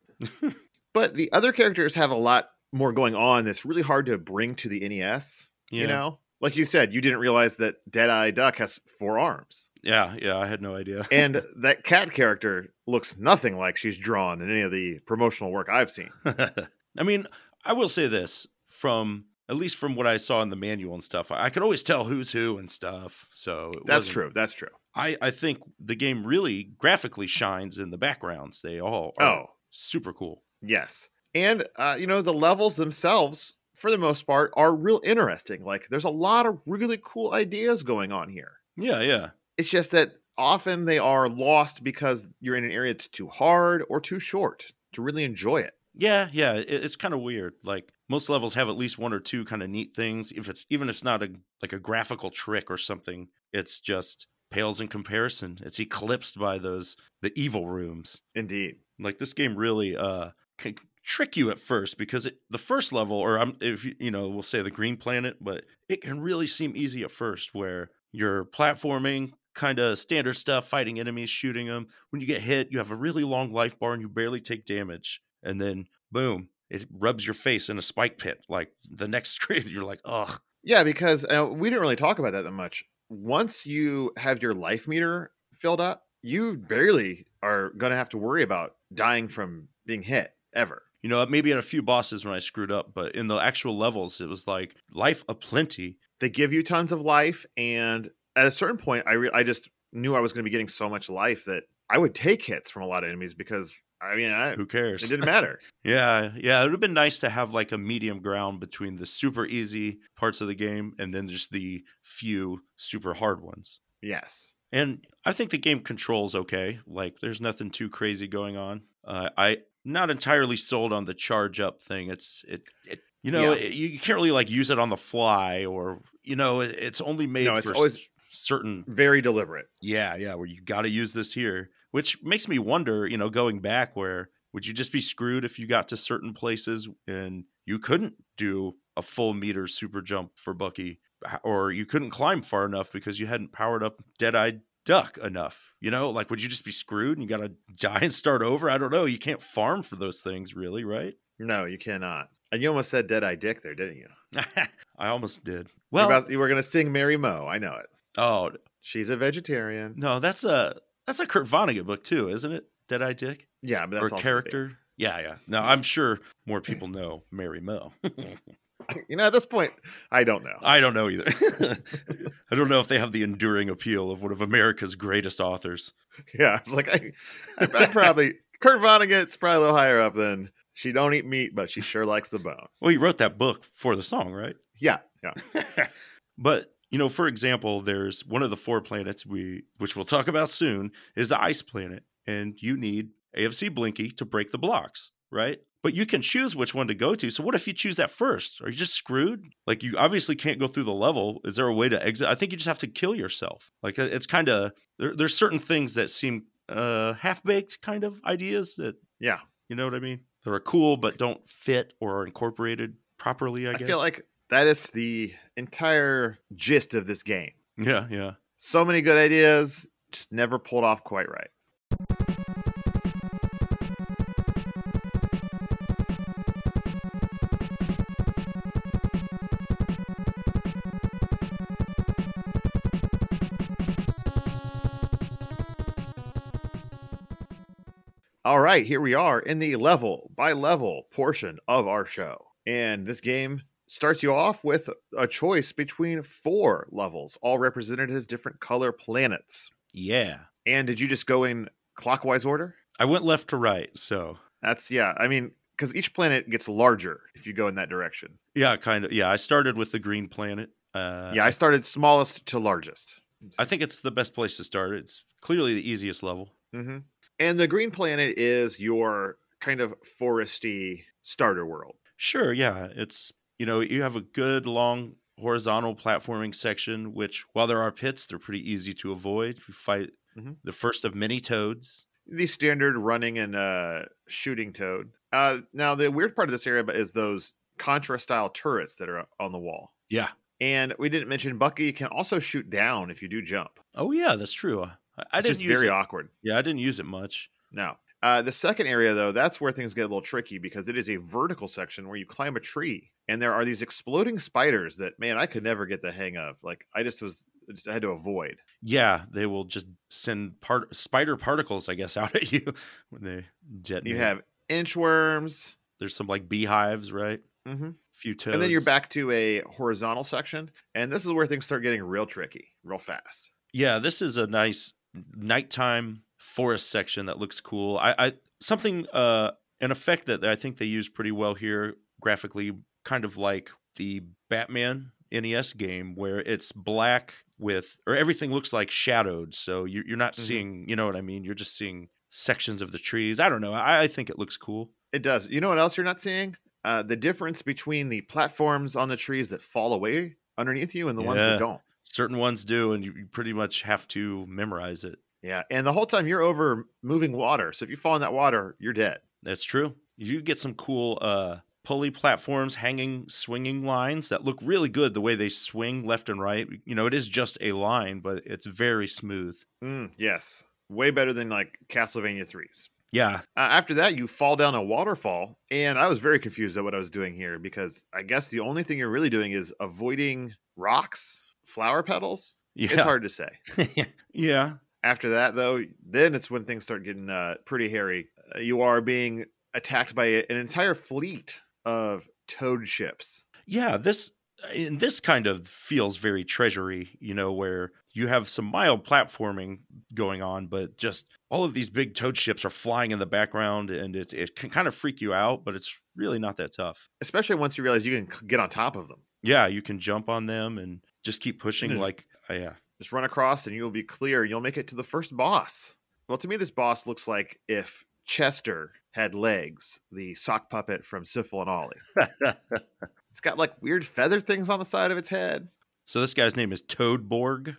Speaker 1: but the other characters have a lot more going on that's really hard to bring to the NES.
Speaker 2: Yeah.
Speaker 1: You know, like you said, you didn't realize that Deadeye Duck has four arms,
Speaker 2: Yeah, yeah, I had no idea.
Speaker 1: and that cat character looks nothing like she's drawn in any of the promotional work I've seen.
Speaker 2: I mean, I will say this from at least from what I saw in the manual and stuff, I, I could always tell who's who and stuff. So it
Speaker 1: That's
Speaker 2: wasn't-
Speaker 1: true. That's true.
Speaker 2: I, I think the game really graphically shines in the backgrounds. They all are
Speaker 1: Oh,
Speaker 2: super cool.
Speaker 1: Yes. And, uh, you know, the levels themselves, for the most part, are real interesting. Like, there's a lot of really cool ideas going on here.
Speaker 2: Yeah, yeah.
Speaker 1: It's just that often they are lost because you're in an area that's too hard or too short to really enjoy it.
Speaker 2: Yeah, yeah. It, it's kind of weird. Like most levels have at least one or two kind of neat things. If it's even if it's not a like a graphical trick or something, it's just pales in comparison. It's eclipsed by those the evil rooms.
Speaker 1: Indeed.
Speaker 2: Like this game really uh can trick you at first because it, the first level or I'm if you you know, we'll say the green planet, but it can really seem easy at first where you're platforming kind of standard stuff fighting enemies shooting them when you get hit you have a really long life bar and you barely take damage and then boom it rubs your face in a spike pit like the next screen you're like ugh
Speaker 1: Yeah, because uh, we didn't really talk about that that much. Once you have your life meter filled up, you barely are going to have to worry about dying from being hit ever.
Speaker 2: you know maybe at a few bosses when i screwed up but in the actual levels it was like life aplenty
Speaker 1: they give you tons of life and at a certain point i re- i just knew i was going to be getting so much life that i would take hits from a lot of enemies because i mean I, it
Speaker 2: who cares
Speaker 1: didn't matter
Speaker 2: Yeah, yeah, it would have been nice to have like a medium ground between the super easy parts of the game and then just the few super hard ones.
Speaker 1: yes
Speaker 2: And I think the game controls okay. Like, there's nothing too crazy going on. Uh, I not entirely sold on the charge up thing. It's it, it you know
Speaker 1: Yeah.
Speaker 2: it- you can't really like use it on the fly or you know it, it's only made
Speaker 1: No, it's
Speaker 2: for
Speaker 1: always-
Speaker 2: s- certain
Speaker 1: very deliberate
Speaker 2: yeah, yeah, where you got to use this here, which makes me wonder, you know, going back where would you just be screwed if you got to certain places and you couldn't do a full meter super jump for Bucky h- or you couldn't climb far enough because you hadn't powered up Deadeye Duck enough? You know, like would you just be screwed and you got to die and start over? I don't know. You can't farm for those things really, right?
Speaker 1: no you cannot and you almost said dead eye dick there didn't you
Speaker 2: I almost did.
Speaker 1: You're
Speaker 2: Well,
Speaker 1: about- you were going to sing mary moe i know it
Speaker 2: oh,
Speaker 1: she's a vegetarian
Speaker 2: no, that's a that's a Kurt Vonnegut book too, isn't it? Deadeye Dick?
Speaker 1: yeah but that's
Speaker 2: or
Speaker 1: also
Speaker 2: character. Yeah, yeah. Now I'm sure more people know Mary Mo.
Speaker 1: you know at this point i don't know
Speaker 2: I don't know either. I don't know if they have the enduring appeal of one of America's greatest authors.
Speaker 1: yeah I was like i, I probably kurt vonnegut's probably a little higher up than she don't eat meat but she sure likes the bone
Speaker 2: Well, he wrote that book for the song, right?
Speaker 1: yeah yeah
Speaker 2: but you know, for example, there's one of the four planets we, which we'll talk about soon, is the ice planet, and you need AFC Blinky to break the blocks, right? But you can choose which one to go to. So what if you choose that first? Are you just screwed? Like you obviously can't go through the level. Is there a way to exit? I think you just have to kill yourself. Like it- it's kind of there, there's certain things that seem uh, half baked kind of ideas that
Speaker 1: yeah
Speaker 2: you know what I mean. That are cool but don't fit or are incorporated properly. I,
Speaker 1: I,
Speaker 2: guess.
Speaker 1: feel like that is the entire gist of this game.
Speaker 2: yeah, yeah.
Speaker 1: So many good ideas, just never pulled off quite right. All right, here we are in the level by level portion of our show. And this game starts you off with a choice between four levels, all represented as different color planets.
Speaker 2: Yeah.
Speaker 1: And did you just go in clockwise order?
Speaker 2: I went left to right, so
Speaker 1: That's, yeah, I mean, because each planet gets larger if you go in that direction.
Speaker 2: yeah, kind of. Yeah, I started with the green planet. Uh,
Speaker 1: yeah, I started smallest to largest.
Speaker 2: I think it's the best place to start. It's clearly the easiest level.
Speaker 1: hmm And the green planet is your kind of foresty starter world.
Speaker 2: Sure, yeah, it's you know you have a good long horizontal platforming section, which while there are pits, they're pretty easy to avoid. You fight
Speaker 1: Mhm.
Speaker 2: the first of many toads.
Speaker 1: the standard running and uh, shooting toad. Uh, now the weird part of this area is those Contra style turrets that are on the wall.
Speaker 2: Yeah.
Speaker 1: And we didn't mention Bucky can also shoot down if you do jump.
Speaker 2: Oh yeah, that's true. I, I
Speaker 1: It's
Speaker 2: didn't
Speaker 1: just
Speaker 2: use
Speaker 1: very
Speaker 2: it.
Speaker 1: awkward.
Speaker 2: Yeah, I didn't use it much.
Speaker 1: No. Uh, the second area though, that's where things get a little tricky because it is a vertical section where you climb a tree and there are these exploding spiders that man I could never get the hang of. Like I just was just had to avoid.
Speaker 2: Yeah, they will just send part spider particles, I guess, out at you when they jet.
Speaker 1: You
Speaker 2: near.
Speaker 1: have inchworms.
Speaker 2: there's some like beehives, right?
Speaker 1: Mm-hmm.
Speaker 2: few toes.
Speaker 1: And then you're back to a horizontal section. And this is where things start getting real tricky, real fast.
Speaker 2: Yeah, this is a nice nighttime forest section that looks cool. I, I something uh an effect that I think they use pretty well here graphically, kind of like the Batman NES game where it's black with or everything looks like shadowed, so you, you're not
Speaker 1: Mhm.
Speaker 2: seeing. You know what I mean? You're just seeing sections of the trees. I don't know. I, I think it looks cool.
Speaker 1: It does. You know what else you're not seeing? Uh, the difference between the platforms on the trees that fall away underneath you and the ones
Speaker 2: Yeah.
Speaker 1: that don't.
Speaker 2: Certain ones do, and you, you pretty much have to memorize it.
Speaker 1: Yeah. And the whole time you're over moving water. So if you fall in that water, you're dead.
Speaker 2: That's true. You get some cool uh pulley platforms, hanging swinging lines that look really good the way they swing left and right. You know, it is just a line, but it's very smooth.
Speaker 1: Mm, yes. Way better than like Castlevania 3s.
Speaker 2: Yeah.
Speaker 1: Uh, after that, you fall down a waterfall. And I was very confused at what I was doing here because I guess the only thing you're really doing is avoiding rocks, flower petals.
Speaker 2: Yeah.
Speaker 1: It's hard to say.
Speaker 2: yeah.
Speaker 1: After that, though, then it's when things start getting uh, pretty hairy. Uh, you are being attacked by a- an entire fleet of toad ships.
Speaker 2: Yeah, this and this kind of feels very treasury, you know, where you have some mild platforming going on, but just all of these big toad ships are flying in the background and it it can kind of freak you out, but it's really not that tough.
Speaker 1: Especially once you realize you can c- get on top of them,
Speaker 2: Yeah, you can jump on them and just keep pushing
Speaker 1: Mhm.
Speaker 2: like uh, yeah.
Speaker 1: just run across, and you will be clear. You'll make it to the first boss. Well, to me, this boss looks like if Chester had legs, the sock puppet from Syphil and Ollie. It's got like weird feather things on the side of its head.
Speaker 2: so this guy's name is Toad Borg.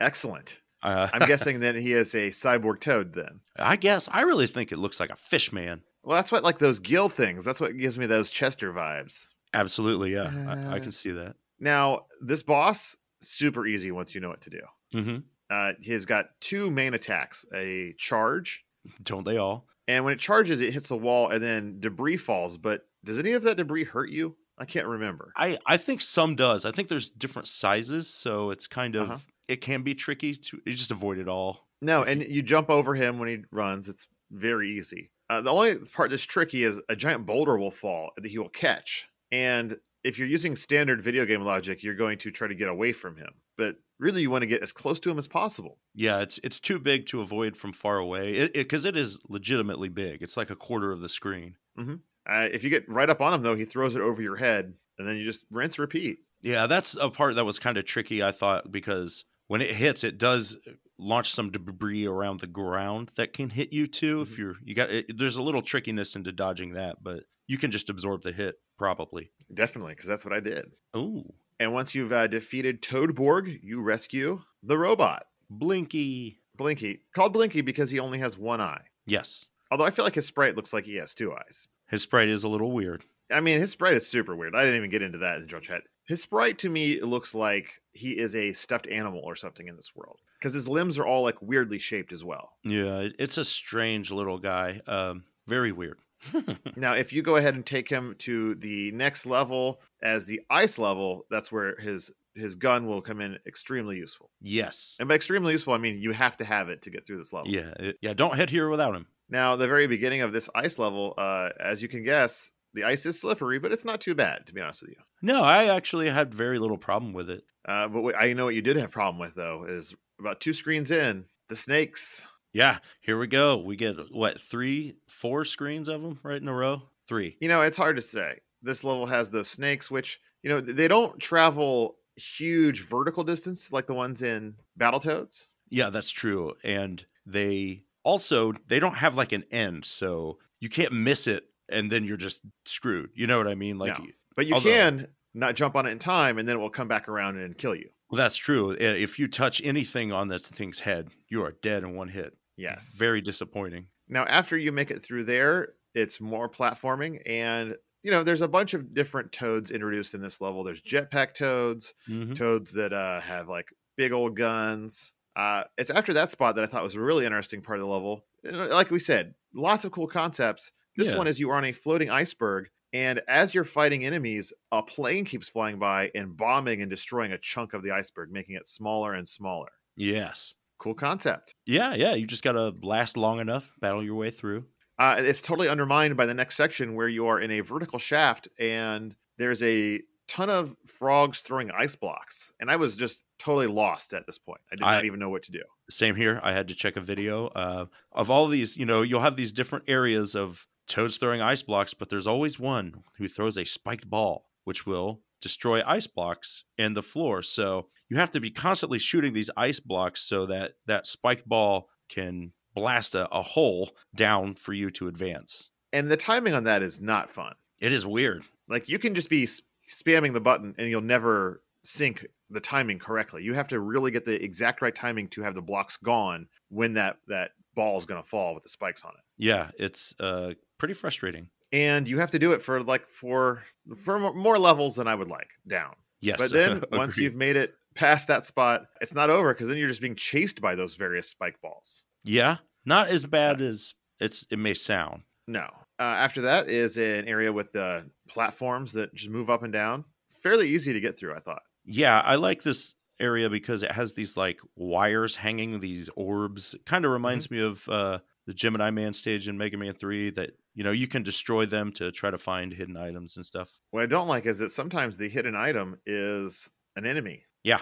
Speaker 1: Excellent.
Speaker 2: Uh,
Speaker 1: I'm guessing then he is a cyborg toad then.
Speaker 2: I guess I really think it looks like a fish man.
Speaker 1: Well, that's what like those gill things. That's what gives me those Chester vibes.
Speaker 2: Absolutely, yeah, I, I
Speaker 1: Uh,
Speaker 2: can see that.
Speaker 1: Now, this boss super easy once you know what to do.
Speaker 2: hmm
Speaker 1: Uh, he's got two main attacks: a charge,
Speaker 2: Don't they all?
Speaker 1: and when it charges, it hits a wall, and then debris falls. But does any of that debris hurt you? I can't remember.
Speaker 2: I I think some does. I think there's different sizes, so it's kind of
Speaker 1: Uh-huh.
Speaker 2: it can be tricky to you just avoid it all.
Speaker 1: No,
Speaker 2: If you-
Speaker 1: and you jump over him when he runs. It's very easy. Uh, the only part that's tricky is a giant boulder will fall that he will catch. And if you're using standard video game logic, you're going to try to get away from him. But really, you want to get as close to him as possible.
Speaker 2: Yeah, it's it's too big to avoid from far away. It because it is legitimately big. It's like a quarter of the screen.
Speaker 1: Uh, if you get right up on him, though, he throws it over your head, and then you just rinse, repeat.
Speaker 2: Yeah, that's a part that was kind of tricky. I thought because when it hits, it does launch some debris around the ground that can hit you too. If
Speaker 1: Mhm.
Speaker 2: you're you got it, there's a little trickiness into dodging that, but you can just absorb the hit probably.
Speaker 1: Definitely, because that's what I did.
Speaker 2: Oh,
Speaker 1: And once you've uh, defeated Toadborg, you rescue the robot,
Speaker 2: Blinky.
Speaker 1: Blinky, called Blinky because he only has one eye.
Speaker 2: Yes,
Speaker 1: Although I feel like his sprite looks like he has two eyes.
Speaker 2: his sprite is a little weird.
Speaker 1: I mean, his sprite is super weird. I didn't even get into that in the drill chat. His sprite to me looks like he is a stuffed animal or something in this world because his limbs are all like weirdly shaped as well.
Speaker 2: Yeah, it- it's a strange little guy. Um, very weird.
Speaker 1: Now, if you go ahead and take him to the next level as the ice level, that's where his his gun will come in extremely useful.
Speaker 2: yes.
Speaker 1: And by extremely useful, I mean you have to have it to get through this level.
Speaker 2: Yeah. it- yeah. Don't head here without him.
Speaker 1: Now, the very beginning of this ice level, uh, as you can guess, the ice is slippery, but it's not too bad to be honest with you.
Speaker 2: No, I actually had very little problem with it.
Speaker 1: Uh, but what I know what you did have problem with though is about two screens in the snakes.
Speaker 2: Yeah. Here we go. We get what three, four screens of them right in a row. Three.
Speaker 1: You know, it's hard to say. This level has those snakes, which you know th- they don't travel huge vertical distance like the ones in Battletoads.
Speaker 2: Yeah, that's true. And they also they don't have like an end, so you can't miss it, and then you're just screwed. You know what I mean? Like.
Speaker 1: No. But you
Speaker 2: Although-
Speaker 1: can not jump on it in time, and then it will come back around and kill you.
Speaker 2: Well, that's true. I- If you touch anything on this thing's head, you are dead in one hit.
Speaker 1: Yes.
Speaker 2: Very disappointing.
Speaker 1: Now, after you make it through there, it's more platforming, and you know there's a bunch of different toads introduced in this level. There's jetpack toads.
Speaker 2: Mhm.
Speaker 1: toads that uh, have like big old guns. Uh, it's after that spot that I thought was a really interesting part of the level. Uh, Like we said, lots of cool concepts. This
Speaker 2: Yeah.
Speaker 1: one is you are on a floating iceberg, and as you're fighting enemies, a plane keeps flying by and bombing and destroying a chunk of the iceberg, making it smaller and smaller.
Speaker 2: Yes.
Speaker 1: Cool concept.
Speaker 2: Yeah, yeah. You just gotta last long enough, battle your way through.
Speaker 1: Uh, it's totally undermined by the next section where you are in a vertical shaft and there's a ton of frogs throwing ice blocks, and I was just totally lost at this point. I did
Speaker 2: I-
Speaker 1: not even know what to do.
Speaker 2: same here i had to check a video uh, of all these you know you'll have these different areas of toads throwing ice blocks but there's always one who throws a spiked ball which will destroy ice blocks and the floor so you have to be constantly shooting these ice blocks so that that spiked ball can blast a, a hole down for you to advance
Speaker 1: And the timing on that is not fun.
Speaker 2: it is weird
Speaker 1: Like you can just be s- spamming the button, and you'll never sync the timing correctly. You have to really get the exact right timing to have the blocks gone when that that ball is going to fall with the spikes on it.
Speaker 2: yeah it's uh, pretty frustrating
Speaker 1: And you have to do it for like for for mo- more levels than I would like down.
Speaker 2: yes
Speaker 1: But then once
Speaker 2: agreed.
Speaker 1: you've made it past that spot, it's not over because then you're just being chased by those various spike balls.
Speaker 2: yeah not as bad as it's it may sound
Speaker 1: No. Uh, after that is an area with the platforms that just move up and down. Fairly easy to get through, I thought.
Speaker 2: Yeah, I like this area because it has these like wires hanging these orbs. It kind of reminds me of uh the Gemini Man stage in Mega Man 3 that you know you can destroy them to try to find hidden items and stuff.
Speaker 1: What I don't like is that sometimes the hidden item is an enemy,
Speaker 2: Yeah.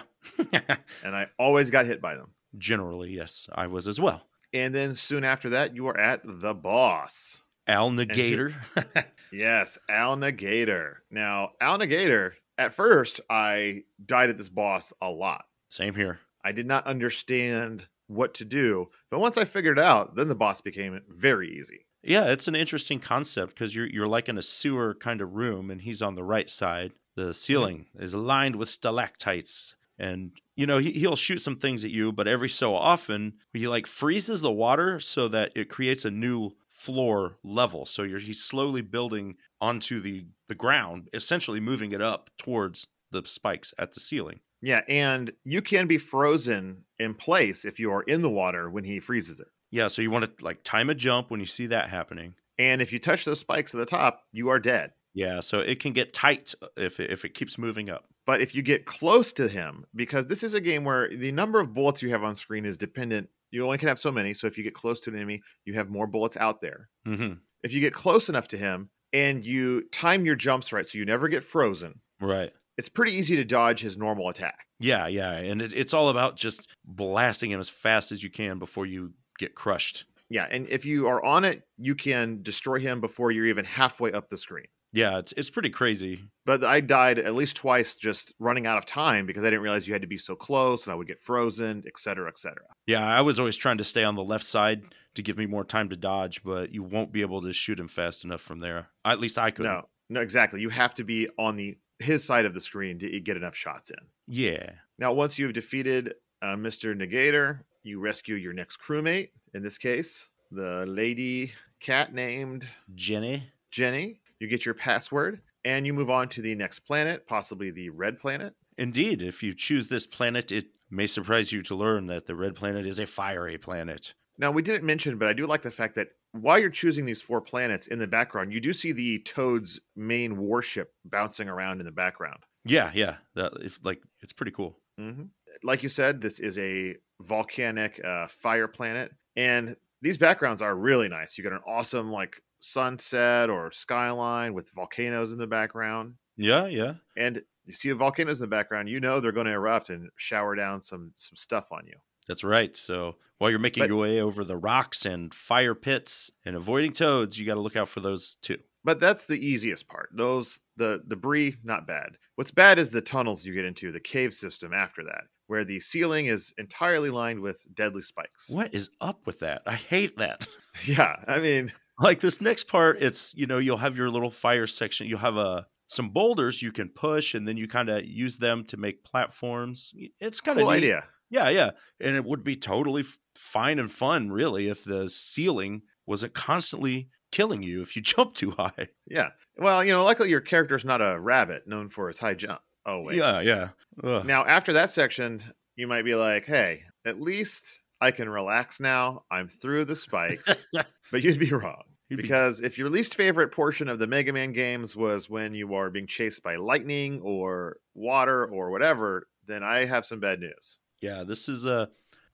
Speaker 1: and I always got hit by them.
Speaker 2: Generally, yes, I was as well.
Speaker 1: And then soon after that, you are at the boss.
Speaker 2: Al
Speaker 1: here-
Speaker 2: Negator.
Speaker 1: Yes, Al Negator. Now, Al Negator, at first, I died at this boss a lot.
Speaker 2: Same here.
Speaker 1: I did not understand what to do. But once I figured it out, then the boss became very easy.
Speaker 2: Yeah, it's an interesting concept because you're you're like in a sewer kind of room, and he's on the right side. The ceiling is lined with stalactites, and you know he, he'll shoot some things at you, but every so often he like freezes the water so that it creates a new floor level. So you're he's slowly building onto the the ground, essentially moving it up towards the spikes at the ceiling.
Speaker 1: Yeah, and you can be frozen in place if you are in the water when he freezes it.
Speaker 2: Yeah, so you want to like time a jump when you see that happening.
Speaker 1: And if you touch those spikes at the top, you are dead.
Speaker 2: Yeah, so it can get tight if it, if it keeps moving up.
Speaker 1: But if you get close to him, because this is a game where the number of bullets you have on screen is dependent, you only can have so many. So if you get close to an enemy, you have more bullets out there.
Speaker 2: Mm-hmm.
Speaker 1: If you get close enough to him and you time your jumps right so you never get frozen,
Speaker 2: Right.
Speaker 1: it's pretty easy to dodge his normal attack.
Speaker 2: Yeah, yeah, and it, it's all about just blasting him as fast as you can before you get crushed.
Speaker 1: Yeah, and if you are on it, you can destroy him before you're even halfway up the screen.
Speaker 2: Yeah, it's it's pretty crazy.
Speaker 1: But I died at least twice just running out of time because I didn't realize you had to be so close and I would get frozen, et cetera, et cetera.
Speaker 2: Yeah, I was always trying to stay on the left side to give me more time to dodge, but you won't be able to shoot him fast enough from there. At least I couldn't.
Speaker 1: No, no, exactly. You have to be on the his side of the screen to get enough shots in.
Speaker 2: Yeah.
Speaker 1: Now, once you've defeated uh, Mr. Negator, you rescue your next crewmate, in this case, the lady cat named
Speaker 2: Jenny.
Speaker 1: Jenny. You get your password and you move on to the next planet, possibly the red planet.
Speaker 2: Indeed, if you choose this planet, it may surprise you to learn that the red planet is a fiery planet.
Speaker 1: Now we didn't mention, but I do like the fact that while you're choosing these four planets in the background, you do see the Toad's main warship bouncing around in the background.
Speaker 2: Yeah, yeah. That if like it's pretty cool.
Speaker 1: Mm-hmm. Like you said, this is a volcanic uh, fire planet, and these backgrounds are really nice. You get an awesome like sunset or skyline with volcanoes in the background,
Speaker 2: Yeah, yeah.
Speaker 1: and you see the volcanoes in the background. You know they're going to erupt and shower down some some stuff on you.
Speaker 2: That's right. So while you're making
Speaker 1: But-
Speaker 2: your way over the rocks and fire pits and avoiding toads, you got to look out for those too.
Speaker 1: But that's the easiest part. Those the debris, not bad. What's bad is the tunnels you get into, the cave system after that, where the ceiling is entirely lined with deadly spikes.
Speaker 2: What is up with that? I hate that.
Speaker 1: Yeah, I mean,
Speaker 2: Like this next part, it's you know you'll have your little fire section. You'll have a some boulders you can push, and then you kind of use them to make platforms. It's kind of
Speaker 1: cool idea.
Speaker 2: Yeah, yeah, and it would be totally f- fine and fun, really, if the ceiling wasn't constantly killing you if you jump too high.
Speaker 1: Yeah. Well, you know, luckily your character's not a rabbit known for his high jump. Oh wait.
Speaker 2: Yeah, yeah. Ugh.
Speaker 1: Now after that section, you might be like, hey, at least I can relax now. I'm through the spikes. but you'd be wrong.
Speaker 2: You'd be-
Speaker 1: because if your least favorite portion of the Mega Man games was when you are being chased by lightning or water or whatever, then I have some bad news.
Speaker 2: Yeah, this is a.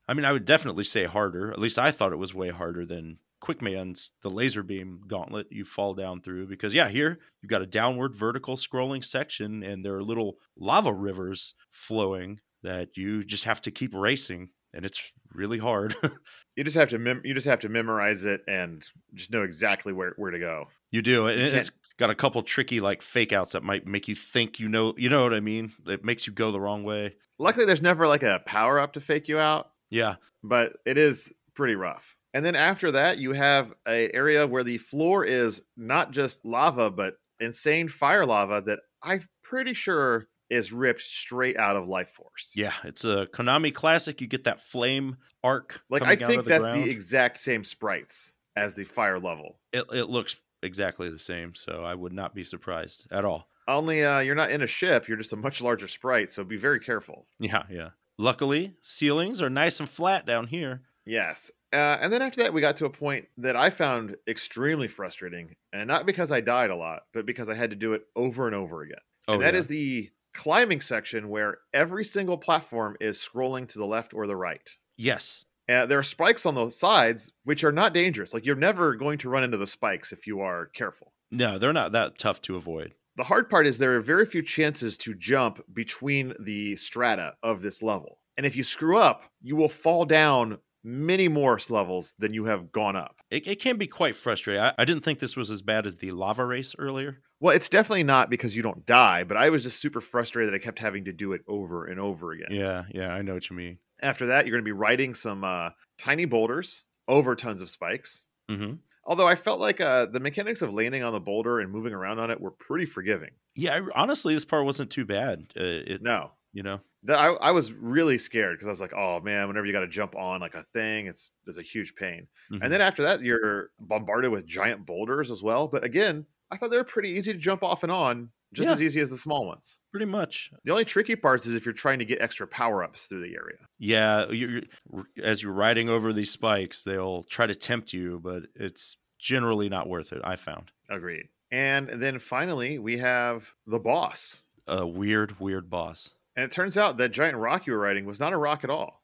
Speaker 2: I mean, I would definitely say harder. At least I thought it was way harder than Quickman's the laser beam gauntlet you fall down through because yeah, here you've got a downward vertical scrolling section and there are little lava rivers flowing that you just have to keep racing and it's really hard.
Speaker 1: You just have to mem- you just have to memorize it and just know exactly where where to go.
Speaker 2: you do and it's
Speaker 1: can't-
Speaker 2: got a couple tricky like fake outs that might make you think you know, you know what I mean? It makes you go the wrong way.
Speaker 1: Luckily, there's never like a power up to fake you out.
Speaker 2: Yeah.
Speaker 1: but it is pretty rough. And then after that, you have a area where the floor is not just lava, but insane fire lava that I'm pretty sure is ripped straight out of Life Force.
Speaker 2: Yeah, it's a Konami classic. You get that flame arc.
Speaker 1: like I
Speaker 2: coming out
Speaker 1: think
Speaker 2: of the
Speaker 1: that's
Speaker 2: ground.
Speaker 1: the exact same sprites as the fire level.
Speaker 2: it, it looks exactly the same, so I would not be surprised at all.
Speaker 1: Only uh, you're not in a ship; you're just a much larger sprite. So be very careful.
Speaker 2: Yeah, yeah. Luckily, ceilings are nice and flat down here.
Speaker 1: Yes. Uh, and then after that, we got to a point that I found extremely frustrating, and not because I died a lot, but because I had to do it over and over again.
Speaker 2: Oh,
Speaker 1: and that
Speaker 2: yeah.
Speaker 1: is the climbing section where every single platform is scrolling to the left or the right.
Speaker 2: yes,
Speaker 1: Uh, there are spikes on the sides, which are not dangerous. Like you're never going to run into the spikes if you are careful.
Speaker 2: no, they're not that tough to avoid.
Speaker 1: The hard part is there are very few chances to jump between the strata of this level. And if you screw up, you will fall down many more levels than you have gone up.
Speaker 2: It, it can be quite frustrating. I, I didn't think this was as bad as the lava race earlier.
Speaker 1: Well, it's definitely not because you don't die, but I was just super frustrated that I kept having to do it over and over again.
Speaker 2: Yeah, yeah, I know what you mean.
Speaker 1: After that, you're going to be riding some uh, tiny boulders over tons of spikes.
Speaker 2: hmm
Speaker 1: Although I felt like uh, the mechanics of landing on the boulder and moving around on it were pretty forgiving.
Speaker 2: Yeah, I, honestly, this part wasn't too bad. Uh, it,
Speaker 1: No,
Speaker 2: you know,
Speaker 1: The- I, I was really scared because I was like, "Oh man, whenever you got to jump on like a thing, it's there's a huge pain."
Speaker 2: Mhm.
Speaker 1: And then after that, you're bombarded with giant boulders as well. But again, I thought they were pretty easy to jump off and on, just
Speaker 2: Yeah.
Speaker 1: as easy as the small ones.
Speaker 2: pretty much,
Speaker 1: The only tricky parts is if you're trying to get extra power ups through the area.
Speaker 2: yeah. You're, as you're riding over these spikes, they'll try to tempt you, but it's generally not worth it. I found.
Speaker 1: Agreed. And then finally, we have the boss.
Speaker 2: a weird, weird boss.
Speaker 1: And it turns out that giant rock you were riding was not a rock at all.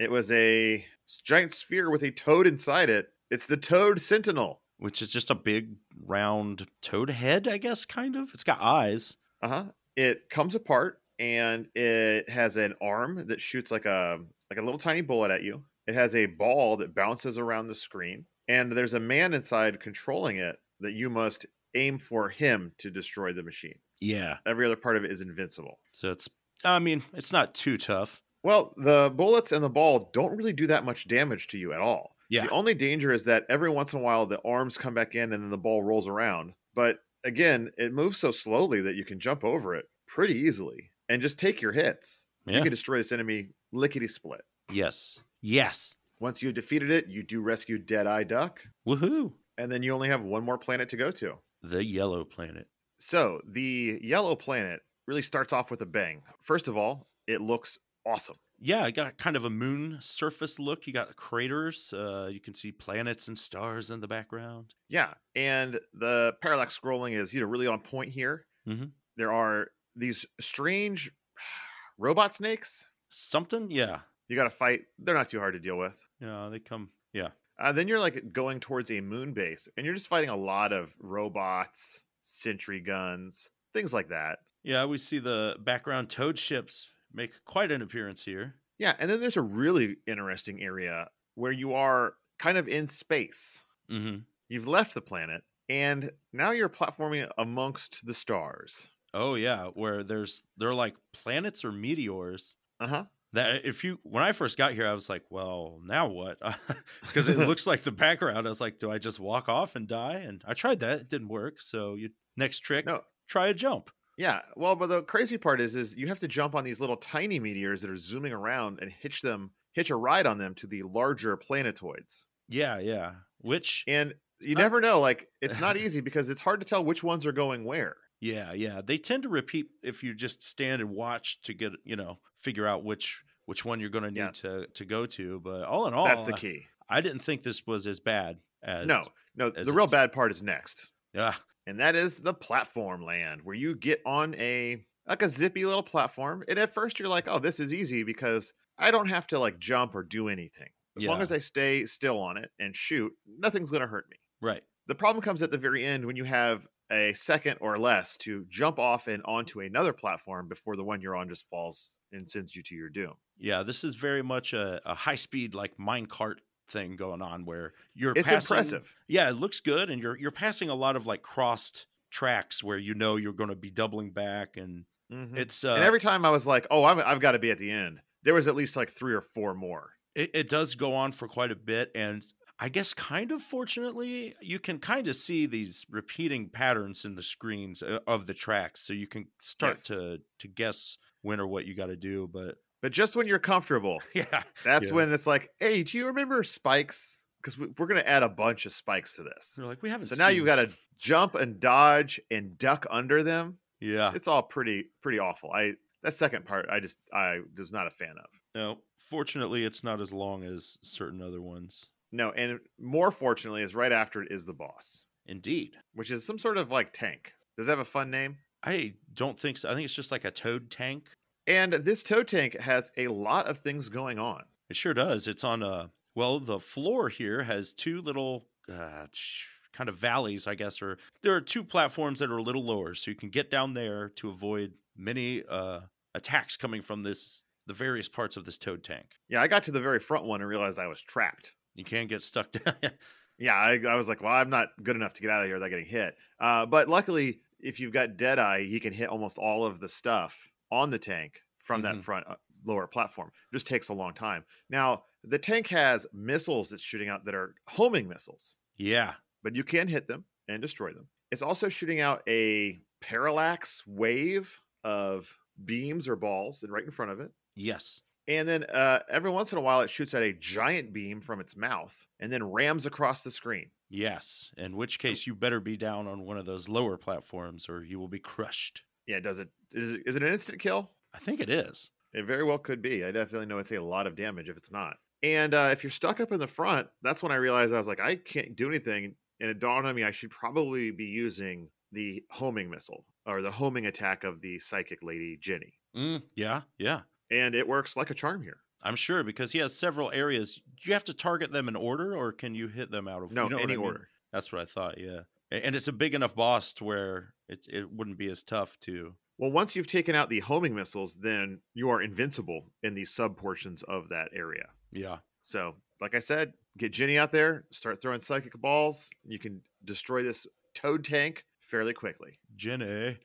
Speaker 1: It was a s- giant sphere with a toad inside it. It's the Toad Sentinel.
Speaker 2: Which is just a big round toad head, I guess, kind of. It's got eyes.
Speaker 1: Uh huh. It comes apart and it has an arm that shoots like a like a little tiny bullet at you. It has a ball that bounces around the screen, and there's a man inside controlling it that you must aim for him to destroy the machine.
Speaker 2: Yeah.
Speaker 1: Every other part of it is invincible.
Speaker 2: So it's, I mean, it's not too tough.
Speaker 1: Well, the bullets and the ball don't really do that much damage to you at all.
Speaker 2: Yeah.
Speaker 1: The only danger is that every once in a while the arms come back in and then the ball rolls around. But again, it moves so slowly that you can jump over it pretty easily and just take your hits.
Speaker 2: Yeah.
Speaker 1: You can destroy this enemy lickety split.
Speaker 2: yes. Yes.
Speaker 1: Once you've defeated it, you do rescue Deadeye Duck,
Speaker 2: Woohoo.
Speaker 1: and then you only have one more planet to go to.
Speaker 2: The yellow planet.
Speaker 1: So the yellow planet really starts off with a bang. First of all, it looks awesome.
Speaker 2: Yeah, it got kind of a moon surface look. You got craters. Uh, you can see planets and stars in the background.
Speaker 1: Yeah, and the parallax scrolling is you know really on point here.
Speaker 2: Mhm.
Speaker 1: There are these strange robot snakes
Speaker 2: Something. Yeah.
Speaker 1: you got to fight. They're not too hard to deal with.
Speaker 2: Yeah. They come. Yeah.
Speaker 1: Uh, then you're like going towards a moon base, and you're just fighting a lot of robots, sentry guns, things like that.
Speaker 2: Yeah. We see the background toad ships make quite an appearance here.
Speaker 1: Yeah, and then there's a really interesting area where you are kind of in space.
Speaker 2: Mm-hmm.
Speaker 1: You've left the planet, and now you're platforming amongst the stars.
Speaker 2: Oh yeah, where there's they're like planets or meteors
Speaker 1: Uh huh.
Speaker 2: that if you when I first got here I was like, well, now what? Because it looks like the background. I was like, do I just walk off and die? And I tried that, it didn't work. So you next trick,
Speaker 1: No.
Speaker 2: try a jump.
Speaker 1: Yeah, well, but the crazy part is, is you have to jump on these little tiny meteors that are zooming around and hitch them, hitch a ride on them to the larger planetoids.
Speaker 2: Yeah, yeah. Which
Speaker 1: And you
Speaker 2: not-
Speaker 1: never know, like it's not easy because it's hard to tell which ones are going where.
Speaker 2: yeah, yeah. They tend to repeat if you just stand and watch to get you know figure out which which one you're going to need
Speaker 1: Yeah.
Speaker 2: to to go to. But all in all,
Speaker 1: That's the
Speaker 2: I-
Speaker 1: key.
Speaker 2: I, didn't think this was as bad as
Speaker 1: no, no,
Speaker 2: as
Speaker 1: the real
Speaker 2: it's-
Speaker 1: bad part is next,
Speaker 2: Yeah,
Speaker 1: and that is the platform land where you get on a like a zippy little platform. And at first you're like, oh, this is easy because I don't have to like jump or do anything. As long
Speaker 2: Yeah.
Speaker 1: as I stay still on it and shoot, nothing's going to hurt me.
Speaker 2: Right.
Speaker 1: The problem comes at the very end when you have a second or less to jump off and onto another platform before the one you're on just falls and sends you to your doom.
Speaker 2: Yeah, this is very much a, a high speed like minecart thing going on where you're
Speaker 1: It's
Speaker 2: passing-
Speaker 1: impressive.
Speaker 2: Yeah, it looks good and you're you're passing a lot of like crossed tracks where you know you're going to be doubling back and
Speaker 1: Mhm.
Speaker 2: it's uh,
Speaker 1: and every time I was like, "Oh, I'm, I've got to be at the end." There was at least like three or four more.
Speaker 2: it, it does go on for quite a bit and i guess kind of fortunately you can kind of see these repeating patterns in the screens uh, of the tracks so you can start
Speaker 1: Yes.
Speaker 2: to to guess when or what you got to do but
Speaker 1: But just when you're comfortable,
Speaker 2: yeah
Speaker 1: that's
Speaker 2: Yeah.
Speaker 1: when it's like, "Hey, do you remember spikes?" Because we, we're going to add a bunch of spikes to this.
Speaker 2: they're like we haven't
Speaker 1: So now you've got to jump and dodge and duck under them.
Speaker 2: yeah
Speaker 1: It's all pretty pretty awful. I that second part, I just I was not a fan of.
Speaker 2: no fortunately it's not as long as certain other ones
Speaker 1: No, and more fortunately, is right after it is the boss,
Speaker 2: indeed
Speaker 1: which is some sort of like tank. Does it have a fun name?
Speaker 2: i don't think so i think it's just like a toad tank
Speaker 1: And this tow tank has a lot of things going on.
Speaker 2: It sure does. It's on a well, the floor here has two little uh, sh- kind of valleys, I guess, or there are two platforms that are a little lower, so you can get down there to avoid many uh, attacks coming from this the various parts of this toad tank.
Speaker 1: Yeah, I got to the very front one and realized I was trapped.
Speaker 2: You can get stuck. Down.
Speaker 1: Yeah, I, I was like, well, I'm not good enough to get out of here without getting hit. Uh, but luckily, if you've got Deadeye, he can hit almost all of the stuff on the tank from
Speaker 2: Mhm.
Speaker 1: that front uh, lower platform. It just takes a long time. Now, the tank has missiles it's shooting out that are homing missiles,
Speaker 2: yeah,
Speaker 1: but you can hit them and destroy them. It's also shooting out a parallax wave of beams or balls right in front of it.
Speaker 2: yes,
Speaker 1: And then uh, every once in a while, it shoots at a giant beam from its mouth and then rams across the screen.
Speaker 2: yes. In which case, you better be down on one of those lower platforms, or you will be crushed.
Speaker 1: Yeah, does it? Is, it- is it an instant kill?
Speaker 2: I think it is.
Speaker 1: It very well could be. I definitely know it's a lot of damage if it's not. And uh, if you're stuck up in the front, that's when I realized I was like, I can't do anything. And it dawned on me I should probably be using the homing missile or the homing attack of the psychic lady Jenny.
Speaker 2: Mm, yeah, yeah.
Speaker 1: And it works like a charm here.
Speaker 2: I'm sure because he has several areas. Do you have to target them in order, or can you hit them out of
Speaker 1: No,
Speaker 2: you know what
Speaker 1: any
Speaker 2: I mean?
Speaker 1: order.
Speaker 2: That's what I thought. Yeah, A- and it's a big enough boss to where it it wouldn't be as tough to.
Speaker 1: Well, once you've taken out the homing missiles, then you are invincible in the sub portions of that area.
Speaker 2: Yeah,
Speaker 1: So, like I said, get Jenny out there, start throwing psychic balls. You can destroy this toad tank fairly quickly.
Speaker 2: Jenny.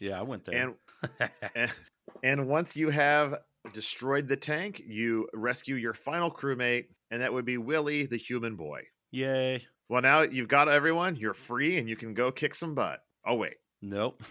Speaker 2: Yeah, I went there.
Speaker 1: And, and and once you have destroyed the tank, you rescue your final crewmate, and that would be Willie the human boy.
Speaker 2: Yay!
Speaker 1: Well, now you've got everyone, you're free and you can go kick some butt. Oh wait,
Speaker 2: Nope.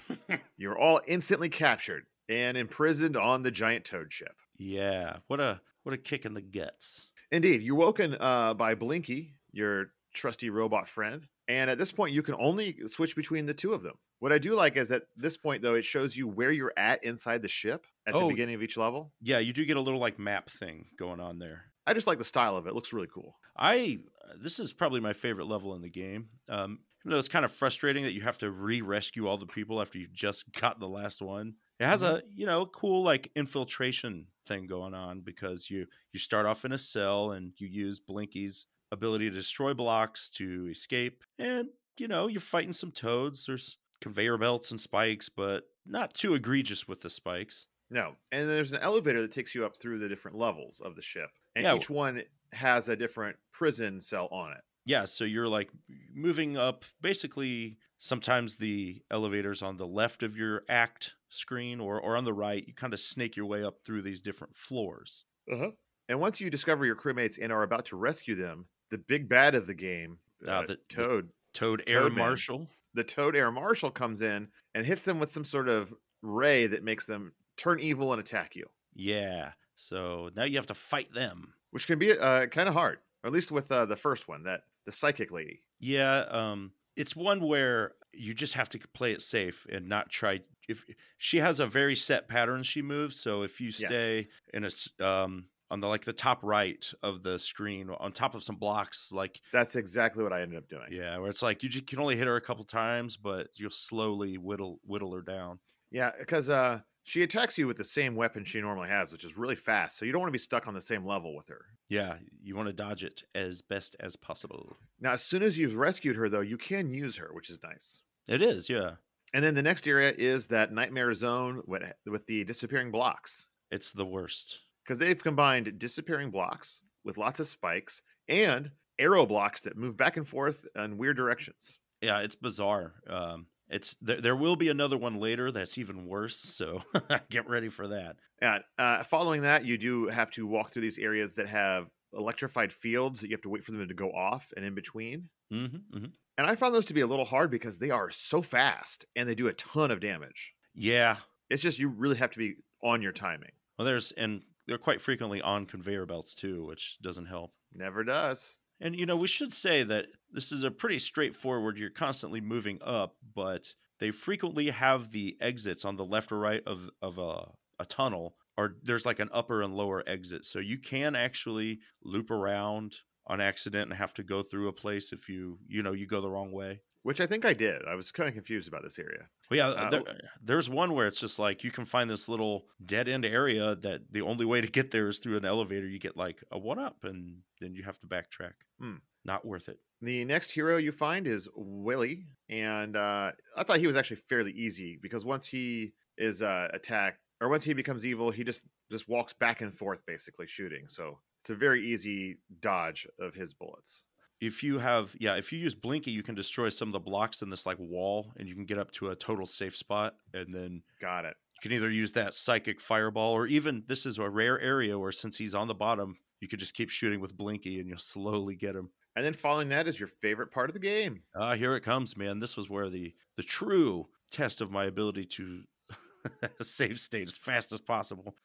Speaker 1: you're all instantly captured and imprisoned on the giant toad ship.
Speaker 2: yeah, what a what a kick in the guts.
Speaker 1: Indeed, you're woken uh, by Blinky, your trusty robot friend, and at this point, you can only switch between the two of them. What I do like is at this point, though, it shows you where you're at inside the ship at
Speaker 2: Oh.
Speaker 1: the beginning of each level.
Speaker 2: Yeah, you do get a little like map thing going on there.
Speaker 1: I just like the style of it; it looks really cool.
Speaker 2: I this is probably my favorite level in the game. Um, even though it's kind of frustrating that you have to re-rescue all the people after you've just got the last one. It has a you know cool like infiltration thing going on because you you start off in a cell and you use Blinky's ability to destroy blocks to escape, and you know you're fighting some toads. There's conveyor belts and spikes, but not too egregious with the spikes.
Speaker 1: No, and there's an elevator that takes you up through the different levels of the ship, and
Speaker 2: Yeah.
Speaker 1: each one has a different prison cell on it.
Speaker 2: yeah so you're like moving up basically sometimes the elevators on the left of your act screen or, or on the right you kind of snake your way up through these different floors
Speaker 1: Uh-huh. And once you discover your crewmates and are about to rescue them, the big bad of the game, uh,
Speaker 2: Ah, the- the-
Speaker 1: Toad,
Speaker 2: toad air
Speaker 1: Toad Man.
Speaker 2: marshal
Speaker 1: the Toad Air Marshal comes in and hits them with some sort of ray that makes them turn evil and attack you,
Speaker 2: yeah so now you have to fight them
Speaker 1: which can be uh, kind of hard, or at least with uh, the first one, that the psychic lady.
Speaker 2: yeah um it's one where you just have to play it safe and not try if she has a very set pattern she moves so if you stay
Speaker 1: Yes.
Speaker 2: in a s- um on the like the top right of the screen on top of some blocks like
Speaker 1: That's exactly what I ended up doing. Yeah,
Speaker 2: Yeah, where it's like you ju- can only hit her a couple times, but you'll slowly whittle whittle her down.
Speaker 1: because uh, She attacks you with the same weapon she normally has, which is really fast. So you don't want to be stuck on the same level with her.
Speaker 2: Yeah, you want to dodge it as best as possible.
Speaker 1: Now, as soon as you've rescued her, though, you can use her, which is nice.
Speaker 2: It is, yeah.
Speaker 1: And then the next area is that nightmare zone with, with the disappearing blocks,
Speaker 2: It's the worst.
Speaker 1: because they've combined disappearing blocks with lots of spikes and arrow blocks that move back and forth in weird directions.
Speaker 2: Yeah, it's bizarre. Um, it's there, there will be another one later that's even worse, so get ready for that.
Speaker 1: And uh, following that, you do have to walk through these areas that have electrified fields that you have to wait for them to go off and in between.
Speaker 2: hmm hmm
Speaker 1: And I found those to be a little hard because they are so fast and they do a ton of damage.
Speaker 2: Yeah.
Speaker 1: It's just you really have to be on your timing.
Speaker 2: Well, there's and they're quite frequently on conveyor belts too, which doesn't help.
Speaker 1: Never does.
Speaker 2: And you know, we should say that this is a pretty straightforward. You're constantly moving up, but they frequently have the exits on the left or right of of a, a tunnel, or there's like an upper and lower exit, so you can actually loop around on accident and have to go through a place if you you know you go the wrong way.
Speaker 1: Which I think I did. I was kind of confused about this area.
Speaker 2: Well, yeah,
Speaker 1: Uh,
Speaker 2: there, there's one where it's just like you can find this little dead end area that the only way to get there is through an elevator. You get like a one up, and then you have to backtrack.
Speaker 1: Hmm.
Speaker 2: Not worth it.
Speaker 1: The next hero you find is Willy, and uh, I thought he was actually fairly easy because once he is uh, attacked or once he becomes evil, he just just walks back and forth basically shooting. So it's a very easy dodge of his bullets.
Speaker 2: If you have, yeah, if you use Blinky, you can destroy some of the blocks in this like wall, and you can get up to a total safe spot, and then
Speaker 1: Got it.
Speaker 2: you can either use that psychic fireball, or even this is a rare area where since he's on the bottom, you could just keep shooting with Blinky, and you'll slowly get him.
Speaker 1: And then following that is your favorite part of the game.
Speaker 2: Ah, here it comes, man. This was where the the true test of my ability to save state as fast as possible.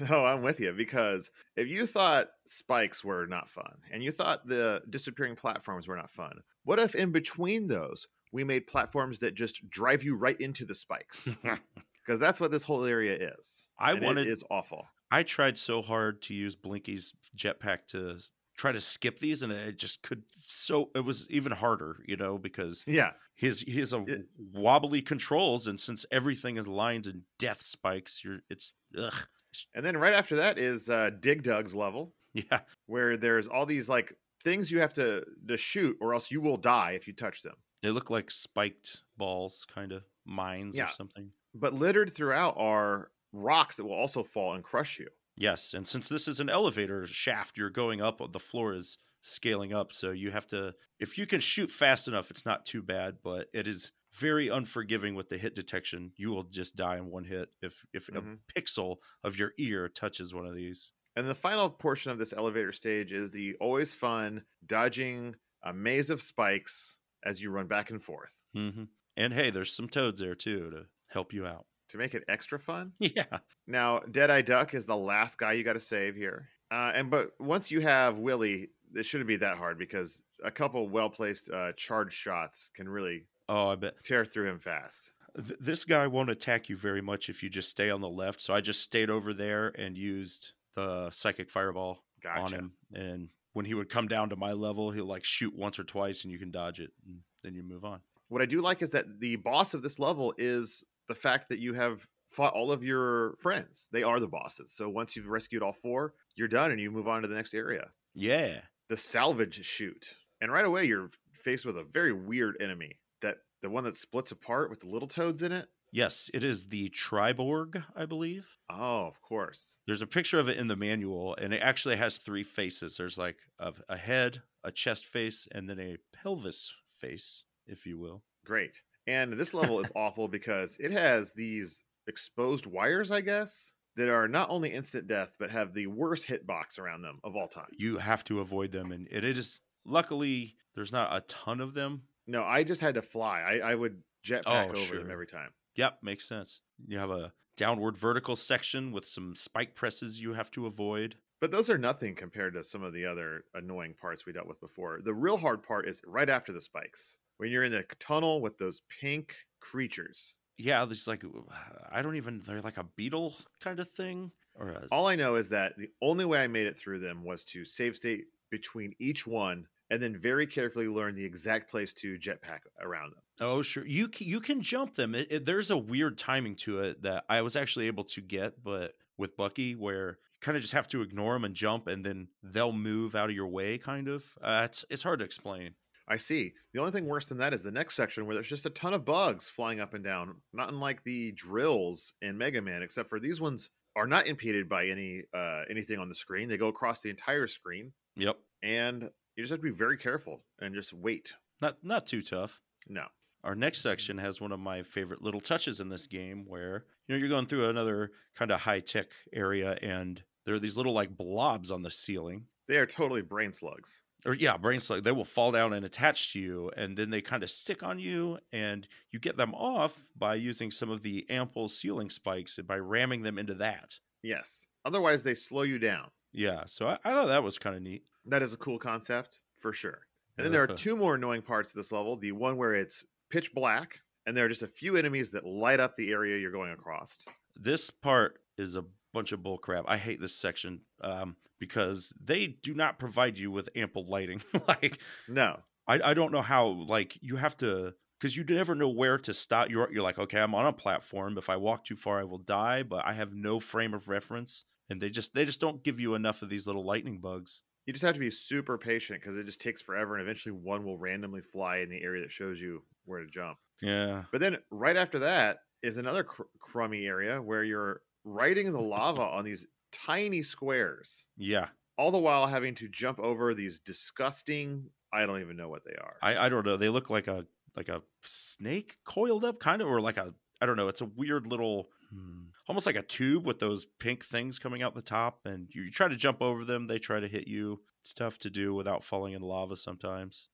Speaker 1: No, Oh, I'm with you because if you thought spikes were not fun and you thought the disappearing platforms were not fun, what if in between those we made platforms that just drive you right into the spikes? Because that's what this whole area is.
Speaker 2: I
Speaker 1: and
Speaker 2: wanted-
Speaker 1: it is awful.
Speaker 2: I tried so hard to use Blinky's jetpack to s- try to skip these, and it just could. So it was even harder, you know, because
Speaker 1: Yeah,
Speaker 2: his his a
Speaker 1: It-
Speaker 2: wobbly controls, and since everything is lined in death spikes, you're it's ugh,
Speaker 1: and then right after that is uh, Dig Dug's level,
Speaker 2: yeah,
Speaker 1: where there's all these like things you have to to shoot, or else you will die if you touch them.
Speaker 2: they look like spiked balls, kind of mines
Speaker 1: Yeah.
Speaker 2: or something.
Speaker 1: But littered throughout are rocks that will also fall and crush you.
Speaker 2: Yes, and since this is an elevator shaft, you're going up. The floor is scaling up, so you have to. If you can shoot fast enough, it's not too bad, but it is very unforgiving with the hit detection. You will just die in one hit if if
Speaker 1: Mhm.
Speaker 2: a pixel of your ear touches one of these.
Speaker 1: And the final portion of this elevator stage is the always fun dodging a maze of spikes as you run back and forth
Speaker 2: hmm And hey, there's some toads there too to help you out.
Speaker 1: to make it extra fun.
Speaker 2: Yeah,
Speaker 1: Now, Deadeye Duck is the last guy you got to save here. Uh, and but once you have Willy, it shouldn't be that hard because a couple well placed uh, charge shots can really
Speaker 2: oh, I bet
Speaker 1: tear through him fast.
Speaker 2: Th- this guy won't attack you very much if you just stay on the left. So I just stayed over there and used the psychic fireball on
Speaker 1: Gotcha.
Speaker 2: him. And when he would come down to my level, he'll like shoot once or twice and you can dodge it. And then you move on.
Speaker 1: What I do like is that the boss of this level is the fact that you have fought all of your friends. They are the bosses. So once you've rescued all four, you're done and you move on to the next area.
Speaker 2: Yeah.
Speaker 1: the salvage chute. And right away, you're faced with a very weird enemy that the one that splits apart with the little toads in it.
Speaker 2: Yes, it is the Triborg, I believe.
Speaker 1: Oh, of course.
Speaker 2: There's a picture of it in the manual, and it actually has three faces. There's like a, a head, a chest face, and then a pelvis face, if you will.
Speaker 1: Great. And this level is awful because it has these exposed wires, I guess, that are not only instant death, but have the worst hitbox around them of all time.
Speaker 2: You have to avoid them, and it is luckily there's not a ton of them.
Speaker 1: No, I just had to fly. I, I would jetpack
Speaker 2: Oh,
Speaker 1: over them
Speaker 2: sure.
Speaker 1: every time.
Speaker 2: Yep, makes sense. You have a downward vertical section with some spike presses you have to avoid.
Speaker 1: But those are nothing compared to some of the other annoying parts we dealt with before. The real hard part is right after the spikes, when you're in the tunnel with those pink creatures.
Speaker 2: yeah, there's like I don't even they're like a beetle kind of thing or a,
Speaker 1: All I know is that the only way I made it through them was to save state between each one and then very carefully learn the exact place to jetpack around them.
Speaker 2: Oh, sure. You c- you can jump them. It, it- there's a weird timing to it that I was actually able to get, but with Bucky, where you kind of just have to ignore them and jump, and then they'll move out of your way. Kind of. Uh, it's it's hard to explain.
Speaker 1: I see. The only thing worse than that is the next section where there's just a ton of bugs flying up and down, not unlike the drills in Mega Man, except for these ones are not impeded by any uh, anything on the screen. They go across the entire screen,
Speaker 2: Yep.
Speaker 1: and you just have to be very careful and just wait.
Speaker 2: Not not too tough.
Speaker 1: No,
Speaker 2: Our next section has one of my favorite little touches in this game where you know you're going through another kind of high tech area and there are these little like blobs on the ceiling.
Speaker 1: they are totally brain slugs.
Speaker 2: Or yeah, brain slug. They will fall down and attach to you, and then they kind of stick on you, and you get them off by using some of the ample ceiling spikes and by ramming them into that.
Speaker 1: Yes. Otherwise, they slow you down.
Speaker 2: Yeah, so I, I thought that was kind of neat. Uh,
Speaker 1: That is a cool concept for sure. And then there are two more annoying parts of this level. The one where it's pitch black, and there are just a few enemies that light up the area you're going across.
Speaker 2: this part is a bunch of bullcrap. I hate this section um, because they do not provide you with ample lighting. like
Speaker 1: No,
Speaker 2: I, I don't know how like you have to because you never know where to stop. You're you're like okay, I'm on a platform. If I walk too far, I will die. But I have no frame of reference, and they just they just don't give you enough of these little lightning bugs.
Speaker 1: you just have to be super patient because it just takes forever, and eventually one will randomly fly in the area that shows you where to jump.
Speaker 2: Yeah,
Speaker 1: But then right after that is another cr- crummy area where you're riding the lava on these tiny squares,
Speaker 2: yeah.
Speaker 1: all the while having to jump over these disgusting. I don't even know what they are.
Speaker 2: I I don't know. They look like a like a snake coiled up, kind of, or like a I don't know. It's a weird little, hmm, almost like a tube with those pink things coming out the top, and you, you try to jump over them. They try to hit you. It's tough to do without falling in lava sometimes.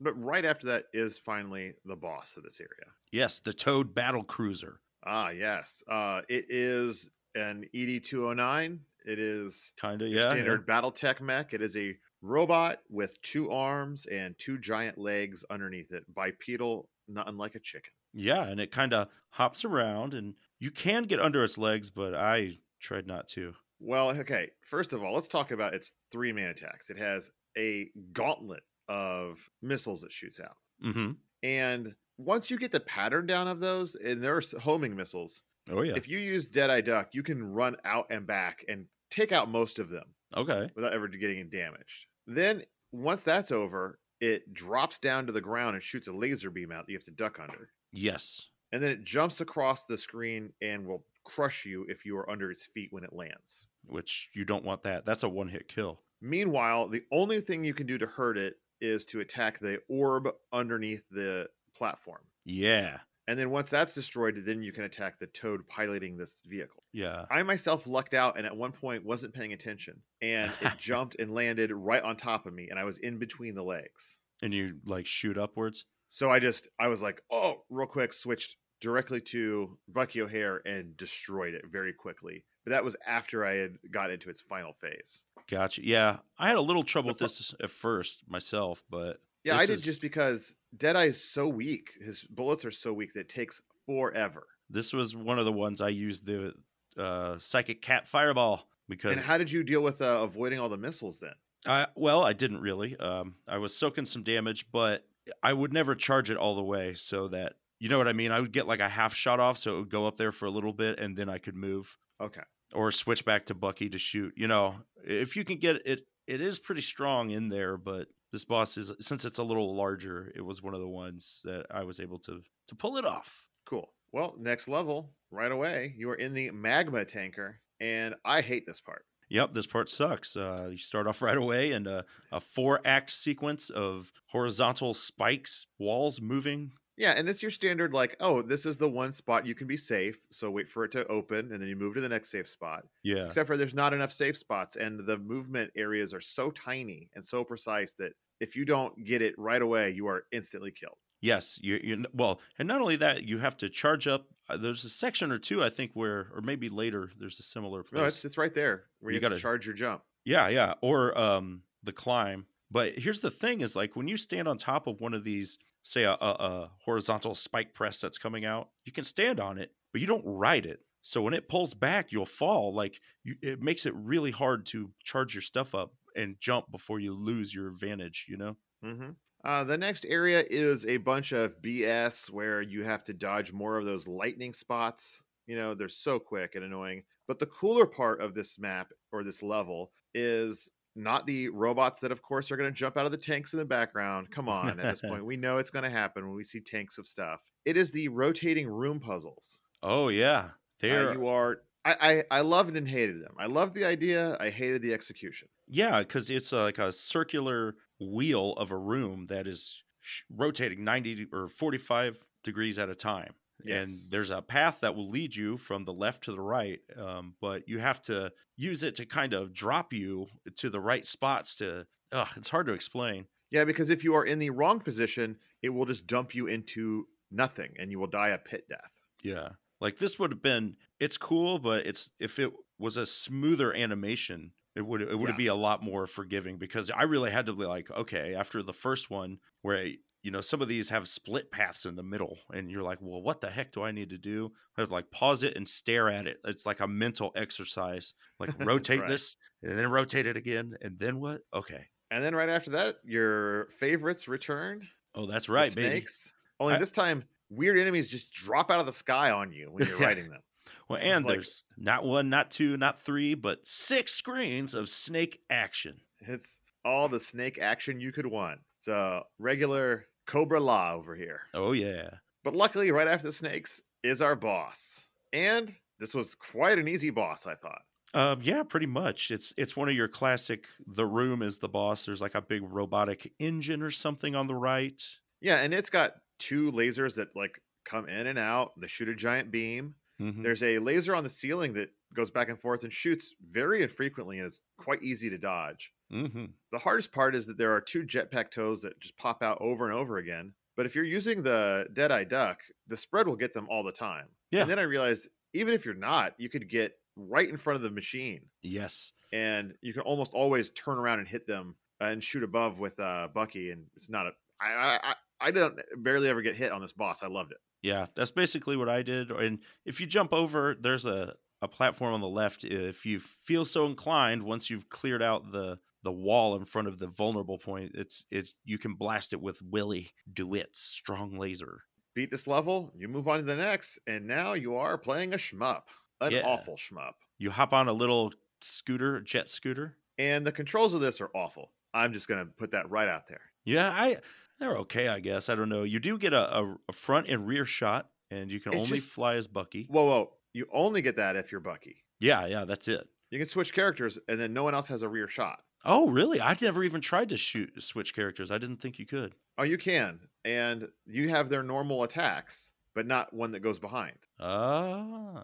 Speaker 1: But right after that is finally the boss of this area.
Speaker 2: Yes, the Toad Battle Cruiser.
Speaker 1: Ah, yes. Uh, it is an E ED209. It is
Speaker 2: Kind of,
Speaker 1: your
Speaker 2: yeah.
Speaker 1: standard Battletech mech. It is a robot with two arms and two giant legs underneath it, bipedal, not unlike a chicken.
Speaker 2: Yeah, and it kind of hops around, and you can get under its legs, but I tried not to.
Speaker 1: Well, okay. First of all, let's talk about its three man attacks. It has a gauntlet of missiles it shoots out.
Speaker 2: hmm
Speaker 1: And once you get the pattern down of those, and they're s- homing missiles,
Speaker 2: Oh yeah.
Speaker 1: if you use Deadeye Duck, you can run out and back and take out most of them
Speaker 2: okay.
Speaker 1: without ever getting damaged. Then once that's over, it drops down to the ground and shoots a laser beam out that you have to duck under.
Speaker 2: Yes.
Speaker 1: And then it jumps across the screen and will crush you if you are under its feet when it lands.
Speaker 2: Which you don't want that. That's a one-hit kill.
Speaker 1: Meanwhile, the only thing you can do to hurt it is to attack the orb underneath the platform.
Speaker 2: Yeah.
Speaker 1: And then once that's destroyed, then you can attack the toad piloting this vehicle.
Speaker 2: Yeah.
Speaker 1: I myself lucked out and at one point wasn't paying attention and it jumped and landed right on top of me and I was in between the legs.
Speaker 2: and you like shoot upwards.
Speaker 1: So I just I was like, "Oh, real quick switched directly to Bucky O'Hare and destroyed it very quickly." But that was after I had got into its final phase.
Speaker 2: Gotcha. Yeah, I had a little trouble with
Speaker 1: The
Speaker 2: this at first myself, but
Speaker 1: Yeah, I
Speaker 2: This
Speaker 1: did
Speaker 2: is-
Speaker 1: just because Deadeye is so weak. His bullets are so weak that it takes forever.
Speaker 2: this was one of the ones I used the uh, psychic cat fireball
Speaker 1: And
Speaker 2: because
Speaker 1: how did you deal with uh, avoiding all the missiles then?
Speaker 2: I well I didn't really. Um, I was soaking some damage, but I would never charge it all the way so that you know what I mean. I would get like a half shot off, so it would go up there for a little bit, and then I could move
Speaker 1: Okay.
Speaker 2: or switch back to Bucky to shoot. You know, if you can get it, it is pretty strong in there, but this boss is since it's a little larger, it was one of the ones that I was able to to pull it off.
Speaker 1: Cool. Well, next level, right away, you are in the magma tanker, and I hate this part.
Speaker 2: Yep, this part sucks. Uh, you start off right away in a, a four act sequence of horizontal spikes, walls moving.
Speaker 1: Yeah, and it's your standard, like, oh, this is the one spot you can be safe, so wait for it to open, and then you move to the next safe spot.
Speaker 2: Yeah,
Speaker 1: Except for there's not enough safe spots, and the movement areas are so tiny and so precise that if you don't get it right away, you are instantly killed.
Speaker 2: Yes, you, you well, and not only that, you have to charge up. uh, There's a section or two, I think, where, or maybe later, there's a similar place.
Speaker 1: No, it's, it's right there where you,
Speaker 2: You
Speaker 1: have to
Speaker 2: gotta-
Speaker 1: charge your jump.
Speaker 2: Yeah, yeah, or um the climb. But here's the thing: is like when you stand on top of one of these, say a, a, a horizontal spike press that's coming out, you can stand on it, but you don't ride it. So when it pulls back, you'll fall. Like you, it makes it really hard to charge your stuff up and jump before you lose your advantage. You know?
Speaker 1: Mm-hmm. Uh, the next area is a bunch of BS where you have to dodge more of those lightning spots. You know, they're so quick and annoying. But the cooler part of this map or this level is not the robots that, of course, are going to jump out of the tanks in the background. Come on, at this point, we know it's going to happen when we see tanks of stuff. It is the rotating room puzzles.
Speaker 2: Oh yeah,
Speaker 1: Uh,
Speaker 2: there
Speaker 1: you are. I, I I loved and hated them. I loved the idea. I hated the execution.
Speaker 2: Yeah, because it's uh, like a circular wheel of a room that is sh- rotating 90 or 45 degrees at a time.
Speaker 1: Yes.
Speaker 2: And there's a path that will lead you from the left to the right, um, but you have to use it to kind of drop you to the right spots to. Ugh, it's hard to explain.
Speaker 1: Yeah, because if you are in the wrong position, it will just dump you into nothing, and you will die a pit death.
Speaker 2: Yeah. Like this would have been it's cool, but it's if it was a smoother animation, it would it would
Speaker 1: Yeah.
Speaker 2: be a lot more forgiving because I really had to be like, okay, after the first one where I, you know some of these have split paths in the middle and you're like, well, what the heck do I need to do? I have to like pause it and stare at it. It's like a mental exercise. Like rotate
Speaker 1: Right.
Speaker 2: this and then rotate it again and then what? Okay.
Speaker 1: And then right after that, your favorites return.
Speaker 2: Oh, that's
Speaker 1: the
Speaker 2: right, baby.
Speaker 1: snakes. Only
Speaker 2: I-
Speaker 1: this time, weird enemies just drop out of the sky on you when you're
Speaker 2: Yeah.
Speaker 1: riding them.
Speaker 2: Well,
Speaker 1: It's
Speaker 2: and
Speaker 1: like-
Speaker 2: there's not one, not two, not three, but six screens of snake action.
Speaker 1: It's all the snake action you could want. It's a regular Cobra Law over here.
Speaker 2: Oh yeah.
Speaker 1: But luckily, right after the snakes is our boss. And this was quite an easy boss, I thought.
Speaker 2: Um, yeah, pretty much. It's it's one of your classic. The room is the boss. There's like a big robotic engine or something on the right.
Speaker 1: Yeah, and it's got two lasers that like come in and out. They shoot a giant beam.
Speaker 2: Mhm.
Speaker 1: There's a laser on the ceiling that goes back and forth and shoots very infrequently and is quite easy to dodge.
Speaker 2: Mhm.
Speaker 1: The hardest part is that there are two jetpack toes that just pop out over and over again. But if you're using the Deadeye Duck, the spread will get them all the time.
Speaker 2: Yeah.
Speaker 1: And then I realized even if you're not, you could get right in front of the machine
Speaker 2: Yes.
Speaker 1: and you can almost always turn around and hit them and shoot above with uh, Bucky. And it's not a. I, I, I- I don't barely ever get hit on this boss. I loved it.
Speaker 2: Yeah, that's basically what I did. And if you jump over, there's a a platform on the left. If you feel so inclined, once you've cleared out the the wall in front of the vulnerable point, it's it's you can blast it with Willie DeWitt's strong laser.
Speaker 1: Beat this level, you move on to the next, and now you are playing a shmup, an
Speaker 2: Yeah.
Speaker 1: awful shmup.
Speaker 2: You hop on a little scooter, jet scooter.
Speaker 1: And the controls of this are awful. I'm just gonna put that right out there.
Speaker 2: Yeah, I they're okay, I guess. I don't know. You do get a, a, a front and rear shot, and you can
Speaker 1: It's
Speaker 2: only
Speaker 1: just-
Speaker 2: fly as Bucky.
Speaker 1: Whoa, whoa. You only get that if you're Bucky.
Speaker 2: Yeah, yeah, that's it.
Speaker 1: You can switch characters and then no one else has a rear shot.
Speaker 2: Oh, really? I never even tried to shoot switch characters. I didn't think you could.
Speaker 1: Oh, you can. And you have their normal attacks, but not one that goes behind.
Speaker 2: Ah,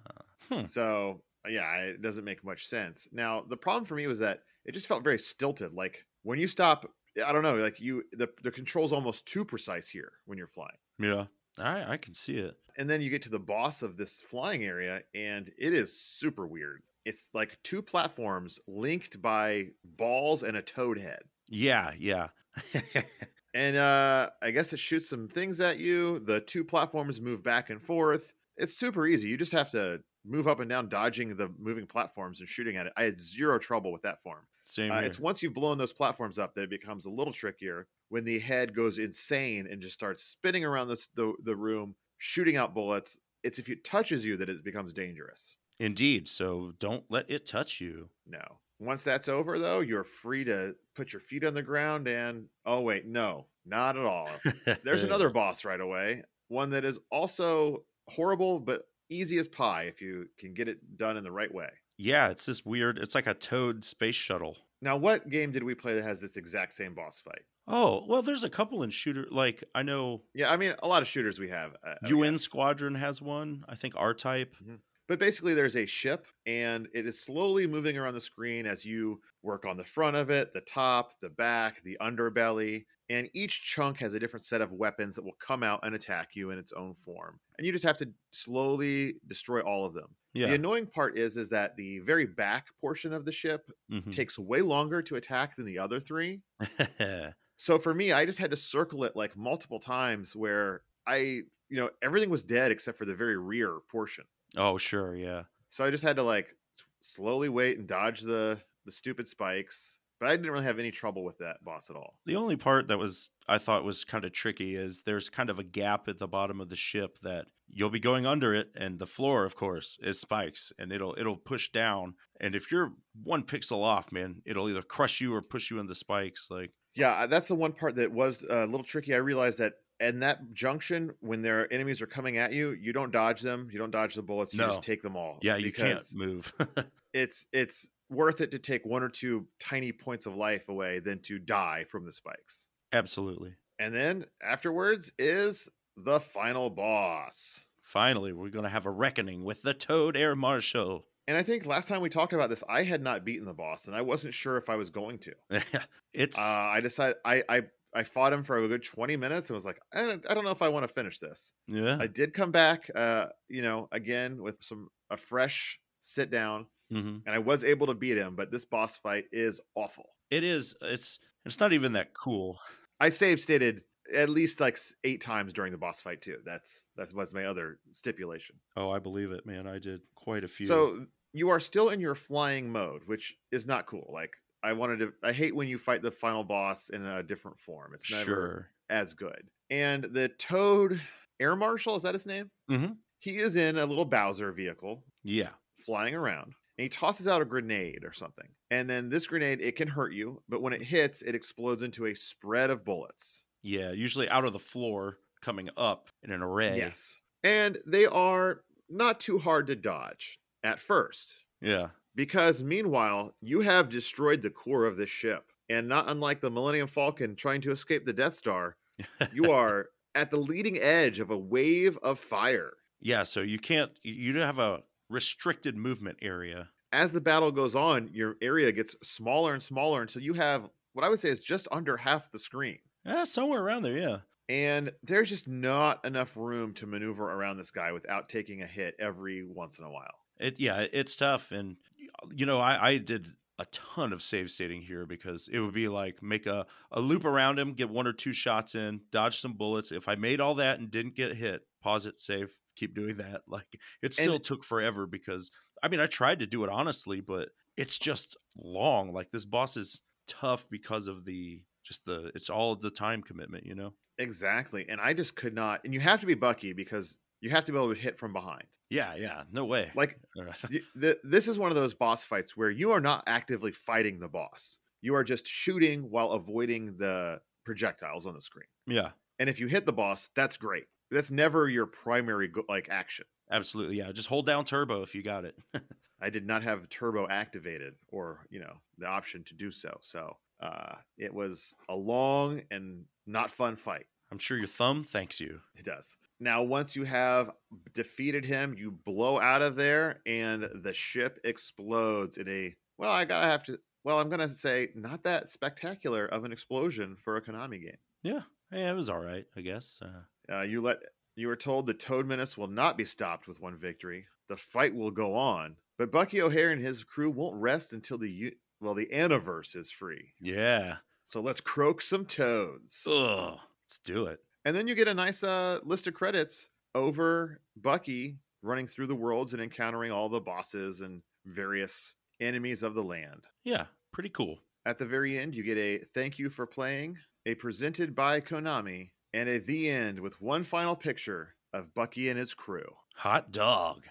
Speaker 2: Hmm.
Speaker 1: So, yeah, it doesn't make much sense. Now, the problem for me was that it just felt very stilted. Like when you stop, I don't know, like you, the, the controls almost too precise here when you're flying.
Speaker 2: yeah. I I can see it.
Speaker 1: And then you get to the boss of this flying area, and it is super weird. It's like two platforms linked by balls and a toad head.
Speaker 2: Yeah, yeah.
Speaker 1: And uh I guess it shoots some things at you. The two platforms move back and forth. It's super easy. You just have to move up and down, dodging the moving platforms and shooting at it. I had zero trouble with that form.
Speaker 2: Same.
Speaker 1: Uh,
Speaker 2: here.
Speaker 1: it's once you've blown those platforms up that it becomes a little trickier when the head goes insane and just starts spinning around this, the, the room, shooting out bullets. It's if it touches you that it becomes dangerous.
Speaker 2: Indeed. So don't let it touch you.
Speaker 1: No. Once that's over, though, you're free to put your feet on the ground and, oh, wait, no, not at all. There's another boss right away, one that is also horrible but easy as pie if you can get it done in the right way.
Speaker 2: Yeah, it's this weird. It's like a toad space shuttle.
Speaker 1: Now, what game did we play that has this exact same boss fight?
Speaker 2: Oh well, there's a couple in shooter. Like I know
Speaker 1: Yeah, I mean, a lot of shooters we have. uh, I
Speaker 2: UN
Speaker 1: guess.
Speaker 2: Squadron has one. I think R Type.
Speaker 1: But basically, there's a ship and it is slowly moving around the screen as you work on the front of it, the top, the back, the underbelly. And each chunk has a different set of weapons that will come out and attack you in its own form. And you just have to slowly destroy all of them.
Speaker 2: Yeah.
Speaker 1: The annoying part is is that the very back portion of the ship
Speaker 2: Mhm.
Speaker 1: takes way longer to attack than the other three. So for me, I just had to circle it like multiple times where I, you know, everything was dead except for the very rear portion.
Speaker 2: oh, sure, yeah.
Speaker 1: So I just had to like slowly wait and dodge the the stupid spikes. But I didn't really have any trouble with that boss at all.
Speaker 2: The only part that was I thought was kind of tricky is there's kind of a gap at the bottom of the ship that you'll be going under it and the floor of course is spikes and it'll it'll push down and if you're 1 pixel off man it'll either crush you or push you in the spikes like
Speaker 1: Yeah, that's the one part that was uh, a little tricky. I realized that in that junction, when their enemies are coming at you, you don't dodge them. You don't dodge the bullets. You
Speaker 2: No.
Speaker 1: just take them all.
Speaker 2: yeah you can't
Speaker 1: Oh, because
Speaker 2: move
Speaker 1: It's it's worth it to take one or two tiny points of life away than to die from the spikes.
Speaker 2: absolutely
Speaker 1: And then afterwards is the final boss.
Speaker 2: finally we're going to have a reckoning with the toad air marshal
Speaker 1: And I think last time we talked about this, I had not beaten the boss, and I wasn't sure if I was going to.
Speaker 2: it's
Speaker 1: Uh, I decided I I I fought him for a good twenty minutes, and was like, I don't, I don't know if I want to finish this.
Speaker 2: yeah
Speaker 1: I did come back, uh, you know, again with some a fresh sit down,
Speaker 2: hmm
Speaker 1: and I was able to beat him. But this boss fight is awful.
Speaker 2: it is it's it's not even that cool
Speaker 1: I save stated at least like s- eight times during the boss fight too. That's that's was my other stipulation.
Speaker 2: oh i believe it man i did quite a few
Speaker 1: So you are still in your flying mode, which is not cool. Like I wanted to I hate when you fight the final boss in a different form. It's never
Speaker 2: sure
Speaker 1: as good. And the Toad Air Marshal, is that his name?
Speaker 2: Mhm.
Speaker 1: He is in a little Bowser vehicle
Speaker 2: yeah
Speaker 1: flying around. And he tosses out a grenade or something. And then this grenade, it can hurt you, but when it hits, it explodes into a spread of bullets.
Speaker 2: Yeah, usually out of the floor, coming up in an array.
Speaker 1: Yes. And they are not too hard to dodge at first.
Speaker 2: Yeah.
Speaker 1: Because meanwhile, you have destroyed the core of this ship. And not unlike the Millennium Falcon trying to escape the Death Star, you are at the leading edge of a wave of fire.
Speaker 2: Yeah. So you can't, you you don't have a restricted movement area.
Speaker 1: As the battle goes on, your area gets smaller and smaller until you have what I would say is just under half the screen.
Speaker 2: Eh, somewhere around there. Yeah.
Speaker 1: And there's just not enough room to maneuver around this guy without taking a hit every once in a while.
Speaker 2: It, yeah, it's tough. And, uh, you know, I, I did a ton of save stating here because it would be like make a, a loop around him, get one or two shots in, dodge some bullets. If I made all that and didn't get hit, pause it, save, keep doing that. Like it still took forever because I mean, I tried to do it honestly, but it's just long. Like this boss is tough because of the just the it's all the time commitment, you know?
Speaker 1: Exactly. And I just could not. And you have to be Bucky because you have to be able to hit from behind.
Speaker 2: Yeah, yeah, no way.
Speaker 1: Like Y- th- this is one of those boss fights where you are not actively fighting the boss. You are just shooting while avoiding the projectiles on the screen.
Speaker 2: yeah,
Speaker 1: And if you hit the boss, that's great. That's never your primary go- like action.
Speaker 2: absolutely. Yeah, just hold down turbo if you got it.
Speaker 1: I did not have turbo activated or, you know, the option to do so. So, uh it was a long and not fun fight.
Speaker 2: I'm sure your thumb thanks you.
Speaker 1: It does. Now, once you have defeated him, you blow out of there, and the ship explodes in a well. I gotta have to. Well, I'm gonna say not that spectacular of an explosion for a Konami game.
Speaker 2: Yeah, it was all right, I guess. Uh,
Speaker 1: Uh, you let you were told the Toad Menace will not be stopped with one victory. The fight will go on, but Bucky O'Hare and his crew won't rest until the u- well the Aniverse is free.
Speaker 2: yeah.
Speaker 1: So let's croak some toads.
Speaker 2: Ugh. Let's do it.
Speaker 1: And then you get a nice uh, list of credits over Bucky running through the worlds and encountering all the bosses and various enemies of the land.
Speaker 2: Yeah, pretty cool.
Speaker 1: At the very end, you get a thank you for playing, a presented by Konami, and a the end with one final picture of Bucky and his crew.
Speaker 2: Hot dog.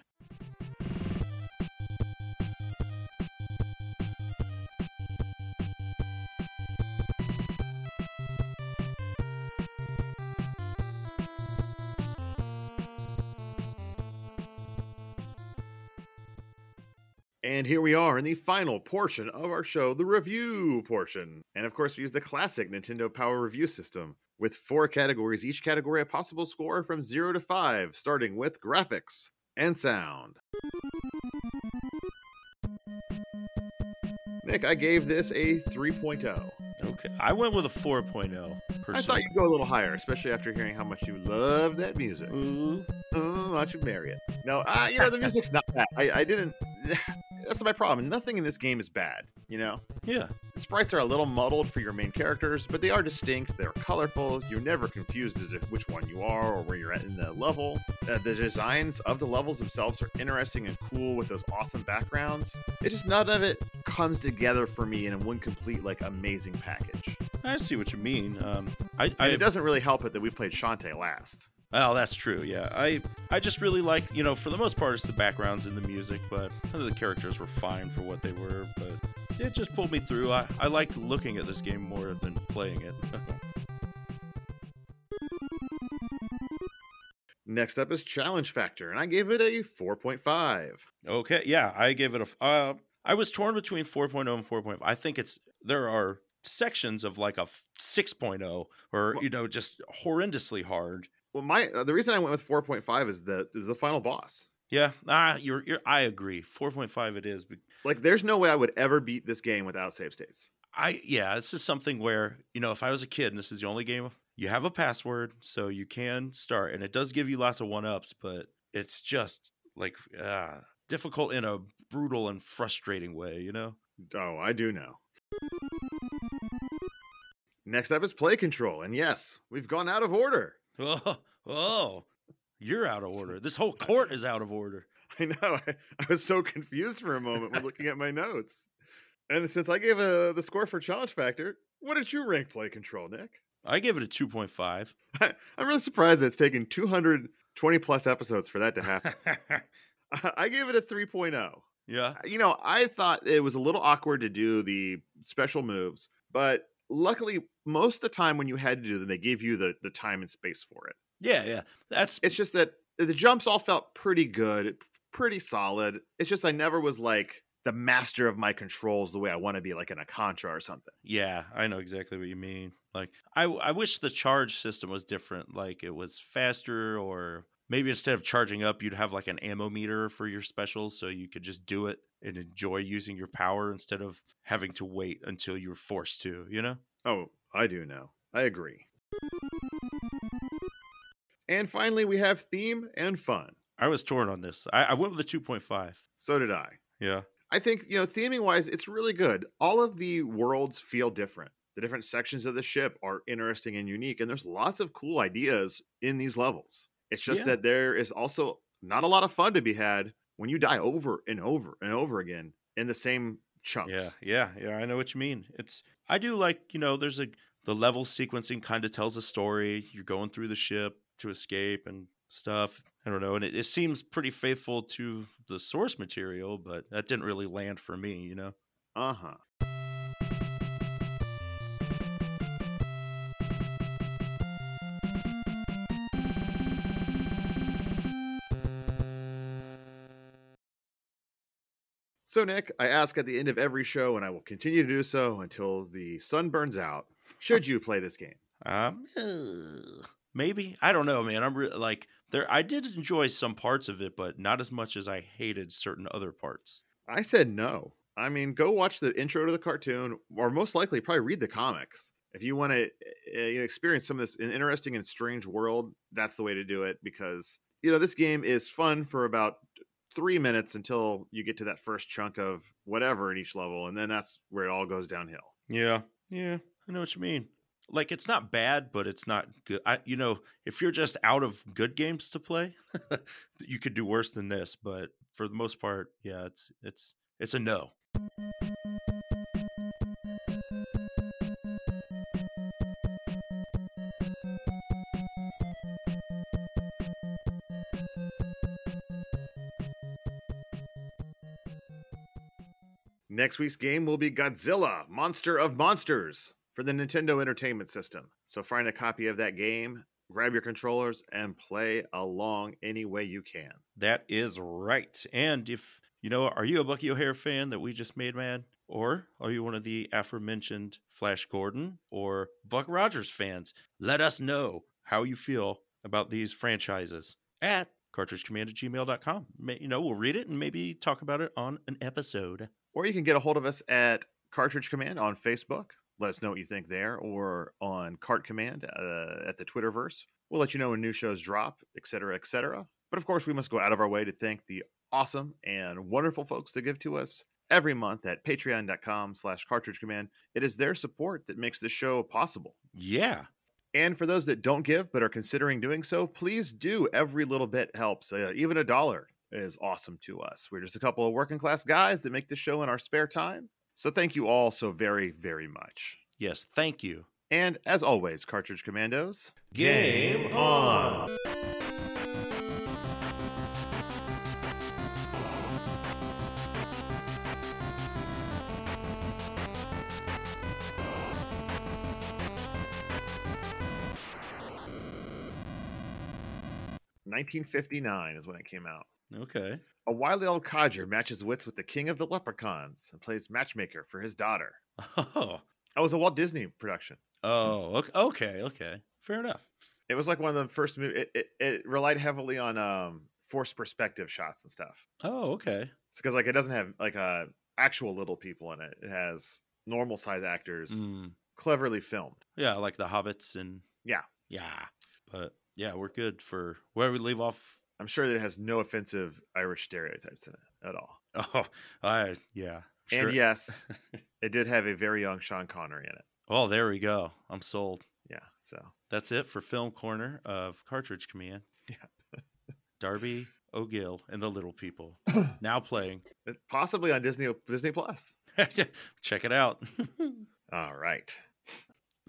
Speaker 1: And here we are in the final portion of our show, the review portion. And of course, we use the classic Nintendo Power Review System with four categories, each category a possible score from 0 to 5, starting with graphics and sound. Nick, I gave this a 3.0.
Speaker 2: Okay. I went with a oh, 4.0
Speaker 1: I
Speaker 2: person.
Speaker 1: thought you'd go a little higher, especially after hearing how much you love that music.
Speaker 2: Ooh.
Speaker 1: Oh, I should marry it. No, uh, you know, the music's not bad. I, I didn't. That's my problem. Nothing in this game is bad, you know?
Speaker 2: Yeah.
Speaker 1: Sprites are a little muddled for your main characters, but they are distinct, they're colorful, you're never confused as to which one you are or where you're at in the level. Uh, the designs of the levels themselves are interesting and cool with those awesome backgrounds. It just none of it comes together for me in one complete, like, amazing package.
Speaker 2: I see what you mean. Um, I,
Speaker 1: And
Speaker 2: I
Speaker 1: it doesn't really help it that we played Shantae last.
Speaker 2: Oh, that's true. Yeah, I I just really like you know for the most part it's the backgrounds and the music, but some of the characters were fine for what they were. But it just pulled me through. I I liked looking at this game more than playing it.
Speaker 1: Next up is Challenge Factor, and I gave it a 4.5.
Speaker 2: okay, yeah, I gave it a. f- Uh, I was torn between 4.0 and 4.5. I think it's there are sections of like a f- 6.0 or
Speaker 1: Well-
Speaker 2: you know just horrendously hard.
Speaker 1: Well, my uh, the reason I went with 4.5 is the is the final boss.
Speaker 2: Yeah, ah, you're you're. I agree. 4.5 it is. be-
Speaker 1: Like, there's no way I would ever beat this game without save states.
Speaker 2: I yeah, this is something where you know if I was a kid and this is the only game you have a password, so you can start, and it does give you lots of one ups, but it's just like uh, difficult in a brutal and frustrating way, you know.
Speaker 1: Oh, I do know. Next up is play control, and yes, we've gone out of order.
Speaker 2: Oh, oh, you're out of order. This whole court is out of order.
Speaker 1: I know. I, I was so confused for a moment when looking at my notes. And since I gave uh, the score for challenge factor, what did you rank play control, Nick?
Speaker 2: I gave it a two point five.
Speaker 1: I, I'm really surprised that it's taken 220 plus episodes for that to happen. I, I gave it a oh. 3.0.
Speaker 2: yeah,
Speaker 1: You know, I thought it was a little awkward to do the special moves, but luckily, most of the time when you had to do them, they gave you the, the time and space for it.
Speaker 2: yeah, yeah. That's
Speaker 1: It's just that the jumps all felt pretty good, pretty solid. It's just I never was like the master of my controls the way I want to be, like in a Contra or something.
Speaker 2: Yeah, I know exactly what you mean. Like, I, I wish the charge system was different. Like, it was faster, or maybe instead of charging up, you'd have like an ammo meter for your specials so you could just do it and enjoy using your power instead of having to wait until you're forced to, you know?
Speaker 1: Oh, I do know. I agree. And finally, we have theme and fun.
Speaker 2: I was torn on this. I, I went with the 2.5.
Speaker 1: So did I.
Speaker 2: Yeah.
Speaker 1: I think, you know, theming wise, it's really good. All of the worlds feel different. The different sections of the ship are interesting and unique, and there's lots of cool ideas in these levels. It's just
Speaker 2: Yeah.
Speaker 1: that there is also not a lot of fun to be had when you die over and over and over again in the same chunks.
Speaker 2: Yeah, yeah, yeah. I know what you mean. It's I do like you know. There's a the level sequencing kind of tells a story. You're going through the ship to escape and stuff. I don't know, and it, it seems pretty faithful to the source material, but that didn't really land for me. You know.
Speaker 1: Uh huh. So, Nick, I ask at the end of every show, and I will continue to do so until the sun burns out. Should you play this game?
Speaker 2: Um, ugh, maybe I don't know, man. I'm re- like there. I did enjoy some parts of it, but not as much as I hated certain other parts.
Speaker 1: I said no. I mean, go watch the intro to the cartoon, or most likely, probably read the comics. If you want to uh, you know, experience some of this in- interesting and strange world, that's the way to do it because, you know, this game is fun for about three minutes until you get to that first chunk of whatever in each level. And then that's where it all goes downhill.
Speaker 2: Yeah, yeah, I know what you mean. Like it's not bad, but it's not good. I, you know, if you're just out of good games to play, you could do worse than this. But for the most part, yeah, it's it's it's a no.
Speaker 1: Next week's game will be Godzilla, Monster of Monsters for the Nintendo Entertainment System. So find a copy of that game, grab your controllers, and play along any way you can.
Speaker 2: That is right. And if you know, are you a Bucky O'Hare fan that we just made mad, or are you one of the aforementioned Flash Gordon or Buck Rogers fans? Let us know how you feel about these franchises at cartridgecommand at gmail.com. May, you know, we'll read it and maybe talk about it on an episode.
Speaker 1: or you can get a hold of us at Cartridge Command on Facebook. Let us know what you think there, or on Cart Command uh, at the Twitterverse. We'll let you know when new shows drop, etc., etc. But of course, we must go out of our way to thank the awesome and wonderful folks that give to us. every month at patreon.com slash cartridge command. It is their support that makes this show possible.
Speaker 2: Yeah.
Speaker 1: And for those that don't give but are considering doing so, please do. Every little bit helps. Uh, even a dollar is awesome to us. We're just a couple of working class guys that make this show in our spare time. So thank you all so very, very much.
Speaker 2: Yes. Thank you.
Speaker 1: And as always, Cartridge Commandos,
Speaker 2: Game on.
Speaker 1: nineteen fifty nine is when it came out.
Speaker 2: Okay.
Speaker 1: A wily old codger matches wits with the king of the leprechauns and plays matchmaker for his daughter.
Speaker 2: Oh.
Speaker 1: That was a Walt Disney production.
Speaker 2: Oh. ok- Okay. Okay. Fair enough.
Speaker 1: It was like one of the first movies. It, it, it relied heavily on um forced perspective shots and stuff.
Speaker 2: Oh. Okay.
Speaker 1: It's because like it doesn't have like uh actual little people in it. It has normal size actors,
Speaker 2: Mm.
Speaker 1: cleverly filmed.
Speaker 2: Yeah. Like the hobbits and.
Speaker 1: Yeah.
Speaker 2: Yeah. But yeah, we're good for where we leave off.
Speaker 1: I'm sure that it has no offensive Irish stereotypes in it at all.
Speaker 2: Oh. I. Yeah. Sure.
Speaker 1: And yes, it did have a very young Sean Connery in it.
Speaker 2: Oh, there we go. I'm sold.
Speaker 1: Yeah. So
Speaker 2: That's it for Film Corner of Cartridge Command.
Speaker 1: Yeah.
Speaker 2: Darby O'Gill and the Little People now playing.
Speaker 1: it- possibly on Disney Disney Plus.
Speaker 2: Check it out.
Speaker 1: All right.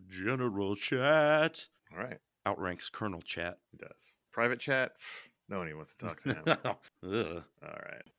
Speaker 2: General Chat
Speaker 1: All right.
Speaker 2: outranks Colonel Chat.
Speaker 1: It does. Private chat. pff, No one even wants to talk to him.
Speaker 2: Ugh.
Speaker 1: All right.